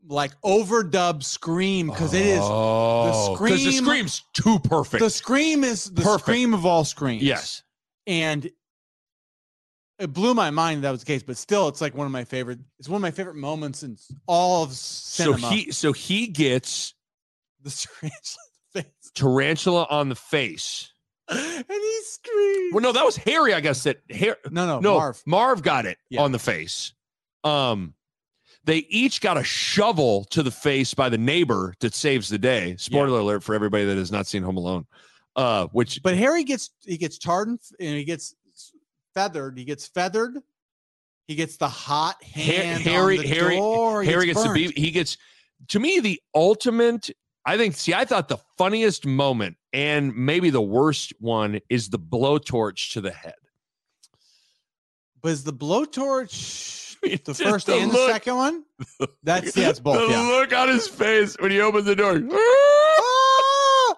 like overdub scream because it is
Oh. 'Cause the
scream-
scream's too perfect.
the scream is the
Perfect.
scream of all screams
yes.
and it blew my mind that was the case but still it's like one of my favorite it's one of my favorite moments in all of cinema
So he so he gets
the tarantula face
tarantula on the face.
and he screams
Well, no, that was Harry. I guess that Harry.
no no,
no,
Oh, Marv.
Marv got it
Yeah.
on the face. Um, They each got a shovel to the face by the neighbor that saves the day. Spoiler alert for everybody that has not seen Home Alone. Uh, which
But Harry gets he gets tarred and, f- and he gets s- feathered. He gets feathered. He gets the hot hand.
Harry-
on the
Harry-
door. He
Harry gets the
burnt.
beat. He gets to me the ultimate. I think. See, I thought the funniest moment and maybe the worst one is the blowtorch to the head.
But is the blowtorch the
Just
first
the
and the
look.
second one? That's yeah, it's both.
the
yeah.
look on his face when he opens the door.
Ah!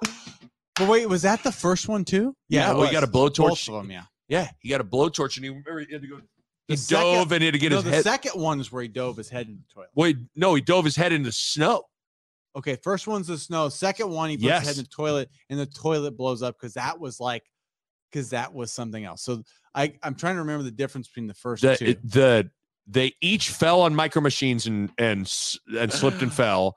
But wait, was that the first one too? it
oh, he got a
was. both
blowtorch.
of them. Yeah.
Yeah, he got a blowtorch, and he, remember he had to go. He
The second-
dove and he had to get
no,
his
the
head.
second one is where he dove his head in the toilet.
Wait, no, he dove his head in the snow.
Okay, first one's the snow. Second one, he puts his
Yes.
head in the toilet, and the toilet blows up because that was like, because that was something else. So I, I'm trying to remember the difference between the first
The
two.
the they each fell on micro machines and and s- and slipped and fell.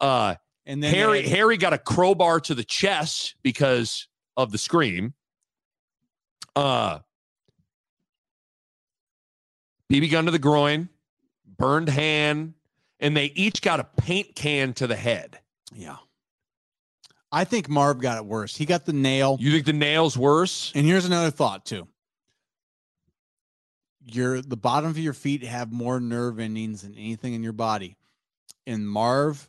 Uh,
and then they
Harry
had-
Harry got a crowbar to the chest because of the scream. Uh BB gun to the groin, burned hand, and they each got a paint can to the head.
yeah. I think Marv got it worse. He got the nail.
You think the nails worse?
and here's another thought too. Your the bottom of your feet have more nerve endings than anything in your body. And Marv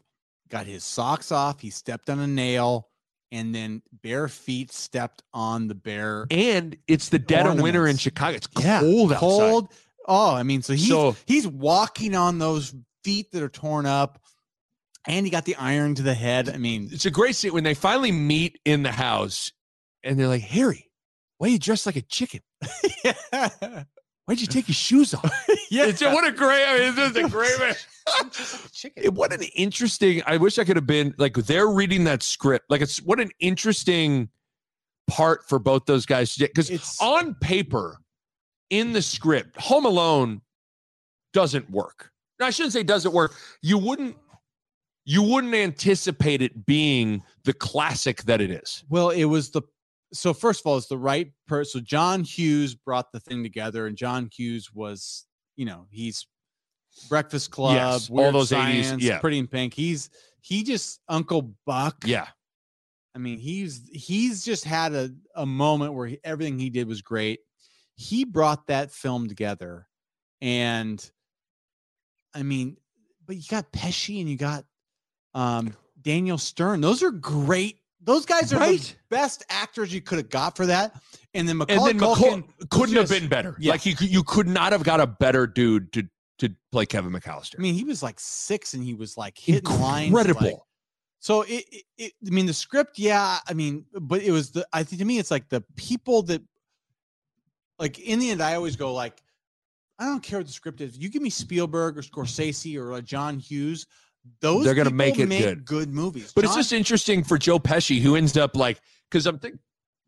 got his socks off. He stepped on a nail, and then bare feet stepped on the bare
And it's the dead of winter in
Ornaments.
Chicago. It's
Yeah,
cold outside.
cold. Oh, I mean, so he's
So-
he's walking on those feet that are torn up, and he got the iron to the head. I mean,
It's a great scene when they finally meet in the house and they're like, Harry, why are you dressed like a chicken?
yeah,
Why'd you take your shoes off? It's- what a great, I mean, it's just a great.
chicken.
It- what an interesting i wish i could have been like they're reading that script like it's what an interesting part for both those guys to because
It's-
on paper in the script home alone doesn't work now, i shouldn't say doesn't work you wouldn't you wouldn't anticipate it being the classic that it is
Well, it was the so first of all, it's the right person. So John Hughes brought the thing together, and John Hughes was, you know, he's Breakfast Club,
Yes, all
Weird
those 80s,
Science,
yeah.
Pretty in Pink. He's he just Uncle Buck.
yeah
I mean, he's he's just had a, a moment where he, everything he did was great. He brought that film together, and I mean, but you got Pesci and you got um, Daniel Stern. Those are great. Those guys are the
Right?
best actors you could have got for that. And then
and
Macaulay
then
Culkin,
McCall couldn't have
just-
been better
yeah.
like you, could- you could not have got a better dude to to play kevin mcallister
I mean, he was like six, and he was like hitting lines. like-
incredible
So it, it, it, I mean, the script, yeah. I mean, but it was the. I think to me, it's like the people that, like in the end, I always go like, I don't care what the script is. You give me Spielberg or Scorsese or like John Hughes, those
They're gonna
people
make it good.
movies.
But
John-
it's just interesting for Joe Pesci, who ends up like, because I'm thinking,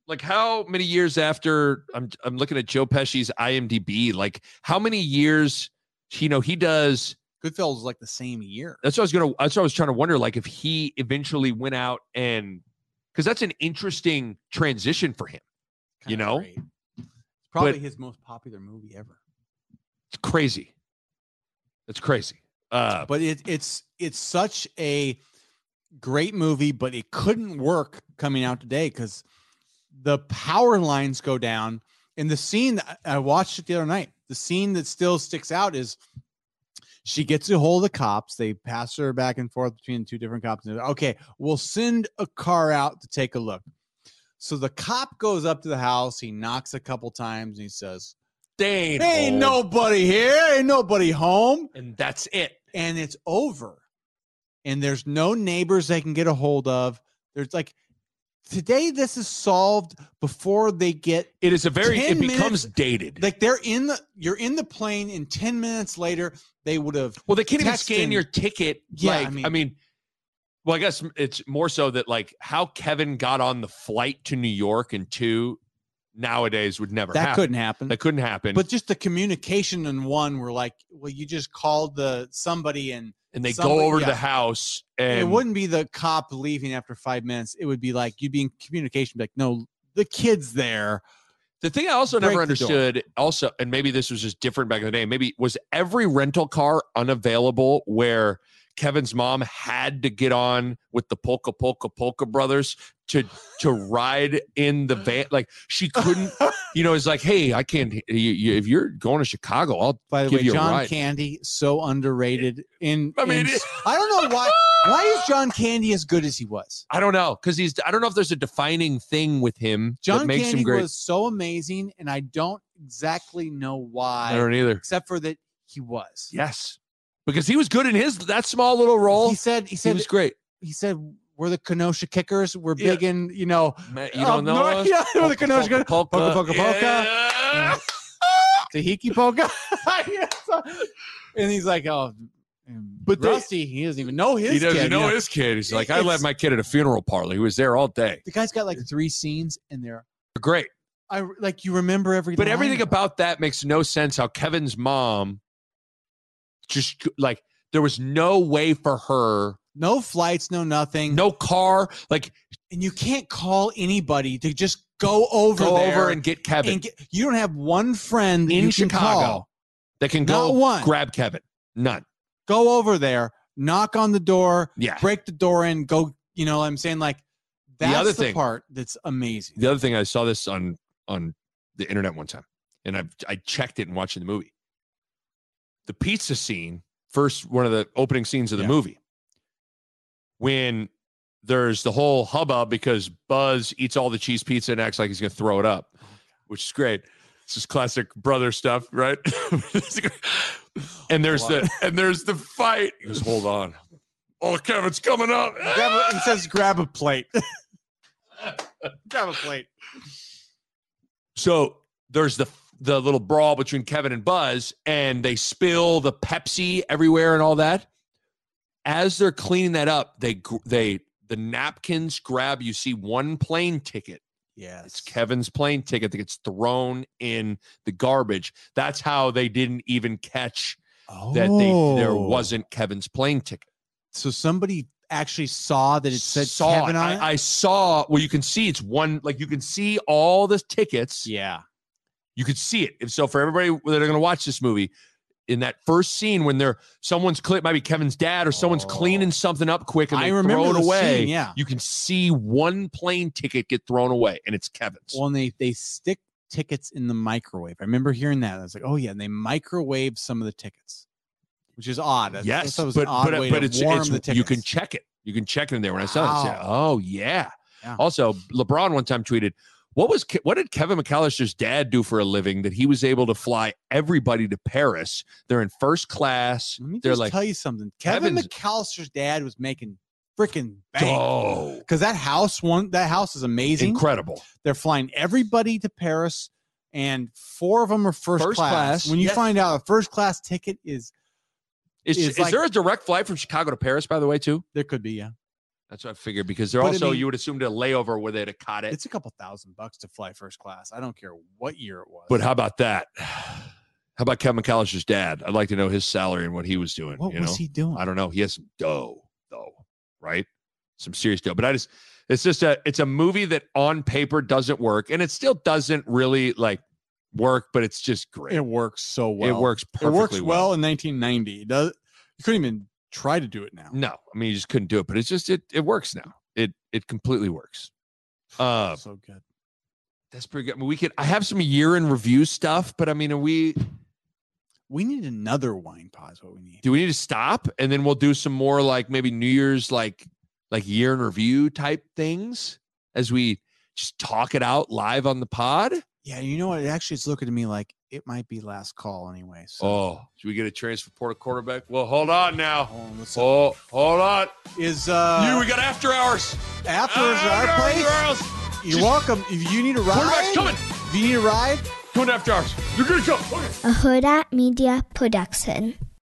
like, how many years after I'm I'm looking at Joe Pesci's IMDb, like, how many years, you know, he does.
Goodfellas is like the same year.
That's what I was gonna. That's what I was trying to wonder, like, if he eventually went out and, because that's an interesting transition for him. you
Kinda
know?
great. It's probably his most popular movie ever.
It's crazy. It's crazy. Uh,
but it, it's it's such a great movie but it couldn't work coming out today because the power lines go down and the scene I- i watched it the other night the scene that still sticks out is she gets a hold of the cops they pass her back and forth between two different cops and they're, okay we'll send a car out to take a look so the cop goes up to the house he knocks a couple times and he says
Dane.
ain't nobody here ain't nobody home
And that's it.
and it's over and there's no neighbors they can get a hold of there's like today this is solved before they get
It is a very.
10
It becomes
minutes-
dated.
like they're in the you're in the plane and 10 minutes later they would have
Well, they can't even
text
scan
and-
your ticket.
Yeah, I
like, I mean,
mean-
well, I guess it's more so that like how Kevin got on the flight to New York and two nowadays would never
that
happen.
couldn't happen
that couldn't happen.
but just the communication in one were like well you just called the somebody and
and they
somebody-
go over to
yeah.
the house and
it wouldn't be the cop leaving after five minutes it would be like you'd be in communication be like no the kid's there
The thing I also
Break
never
the door.
understood, also, and maybe this was just different back in the day, maybe was every rental car unavailable where Kevin's mom had to get on with the Polka Polka Polka brothers to to ride in the van? Like she couldn't, you know, it's like, hey, I can't. You, you, if you're going to Chicago, I'll.
By the
Give
way,
you a
John
ride.
Candy so underrated. In
I mean,
in-
it-
I don't know why. Why is John Candy as good as he was?
I don't know because he's. I don't know if there's a defining thing with him that
John
makes
Candy
him great.
was so amazing, and I don't exactly know
I
why,
don't either.
except for that he was.
Yes, because he was good in his that small little role.
He said. He
he
said.
was great.
he said. We're the Kenosha Kickers. We're
Yeah.
big in, you know,
Man, you
up
don't know
north."
us?
Oh, Yeah, we're the Kenosha Kickers.
polka,
polka, polka, polka.
Yeah.
Tahiki polka. and he's like, oh, but
they-
Rusty, he doesn't even know his.
He doesn't
kid,
know
you
his kid. He's like, I
It's-
left my kid at a funeral parlor. He was there all day.
The guy's got like three scenes in there.
Great.
I like you remember every.
But
line
everything
of it.
about that makes no sense how Kevin's mom just like there was no way for her,
no flights, no nothing,
no car, like
and you can't call anybody to just go over
go
there
over and get Kevin
and get, you don't have one friend that
In
you can
Chicago.
call.
that can
Not
go
one.
grab Kevin. None.
Go over there, knock on the door,
Yeah.
break the door in, go. You know, what I'm saying like that's the,
other thing-
part that's amazing.
The other thing I saw this on on the internet one time, and I I checked it and watching the movie. The pizza scene, first one of the opening scenes of the
Yeah.
movie, when there's the whole hubbub because Buzz eats all the cheese pizza and acts like he's gonna throw it up, which is great. It's just classic brother stuff, right? and there's the and there's the fight. He goes, hold on. Oh, Kevin's coming up.
Grab a- it says grab a plate. grab a plate.
So there's the the little brawl between Kevin and Buzz, and they spill the Pepsi everywhere and all that. As they're cleaning that up, they gr- they the napkins grab. You see one plane ticket.
Yes.
It's Kevin's plane ticket that gets thrown in the garbage. That's how they didn't even catch that they there
Oh.
wasn't Kevin's plane ticket.
So somebody actually saw that it said
saw
Kevin
it.
on
I,
it?
I saw. Well, you can see it's one. Like you can see all the tickets.
yeah.
You could see it. And so for everybody that are going to watch this movie, in that first scene when they're someone's clean, might be Kevin's dad or someone's
Oh.
cleaning something up quick and
I
they
remember
throw it
the
away.
scene, yeah.
You can see one plane ticket get thrown away, and it's Kevin's.
Well, and they they stick tickets in the microwave. I remember hearing that. I was like, oh yeah, and they microwave some of the tickets, which is odd. That's-
yes,
that was
but
an odd
but,
way
but
to
it's,
warm
it's
the tickets.
you can check it. You can check it in there when I saw it. I said,
Wow.
oh yeah.
Yeah.
Also, LeBron one time tweeted. What was Ke- what did Kevin McAllister's dad do for a living that he was able to fly everybody to Paris? They're in first class.
Let me
They're
just
like,
tell you something. Kevin
Kevin's-
McAllister's dad was making freaking bank
oh,
because that house one that house is amazing.
incredible.
They're flying everybody to Paris, and four of them are first,
First
class.
class,
When you
yes.
find out a first class ticket is
Is,
is
is
like-
there a direct flight from Chicago to Paris, by the way, too?
there could be yeah,
That's what I figured because they're
But I
also,
mean-
you would assume, did a layover where they'd have caught it.
it's a couple thousand bucks to fly first class. I don't care what year it was.
But how about that? How about Kevin McAllister's dad? I'd like to know his salary and what he was doing.
what
you
was
know?
he doing?
I don't know. He has some dough, though, right? Some serious dough. But I just, it's just a, it's a movie that on paper doesn't work and it still doesn't really like work, but it's just great.
It works so well.
It works
It
perfectly
works well, in 1990. It does you couldn't even try to do it now.
No, I mean, you just couldn't do it, but it's just, it, it works now. It, it completely works. Uh,
so good.
That's pretty good. I mean, we could. I have some year in review stuff, but I mean, are we
We need another wine pod. Is what we need.
do we need to stop and then we'll do some more like maybe New Year's like like year in review type things as we just talk it out live on the pod.
Yeah, you know what? It actually is looking to me like it might be last call anyway. So
Oh, should we get a transfer portal quarterback? Well, hold on now.
hold on, what's up?
Oh, hold on.
Is uh
you, we got Ah, after hours.
after is our
After
place?
hours.
You're
Just-
welcome. If you need a
Quarterback's
ride,
coming.
if you need a ride,
Coming after hours. You're gonna come. Okay.
a Huda Media production.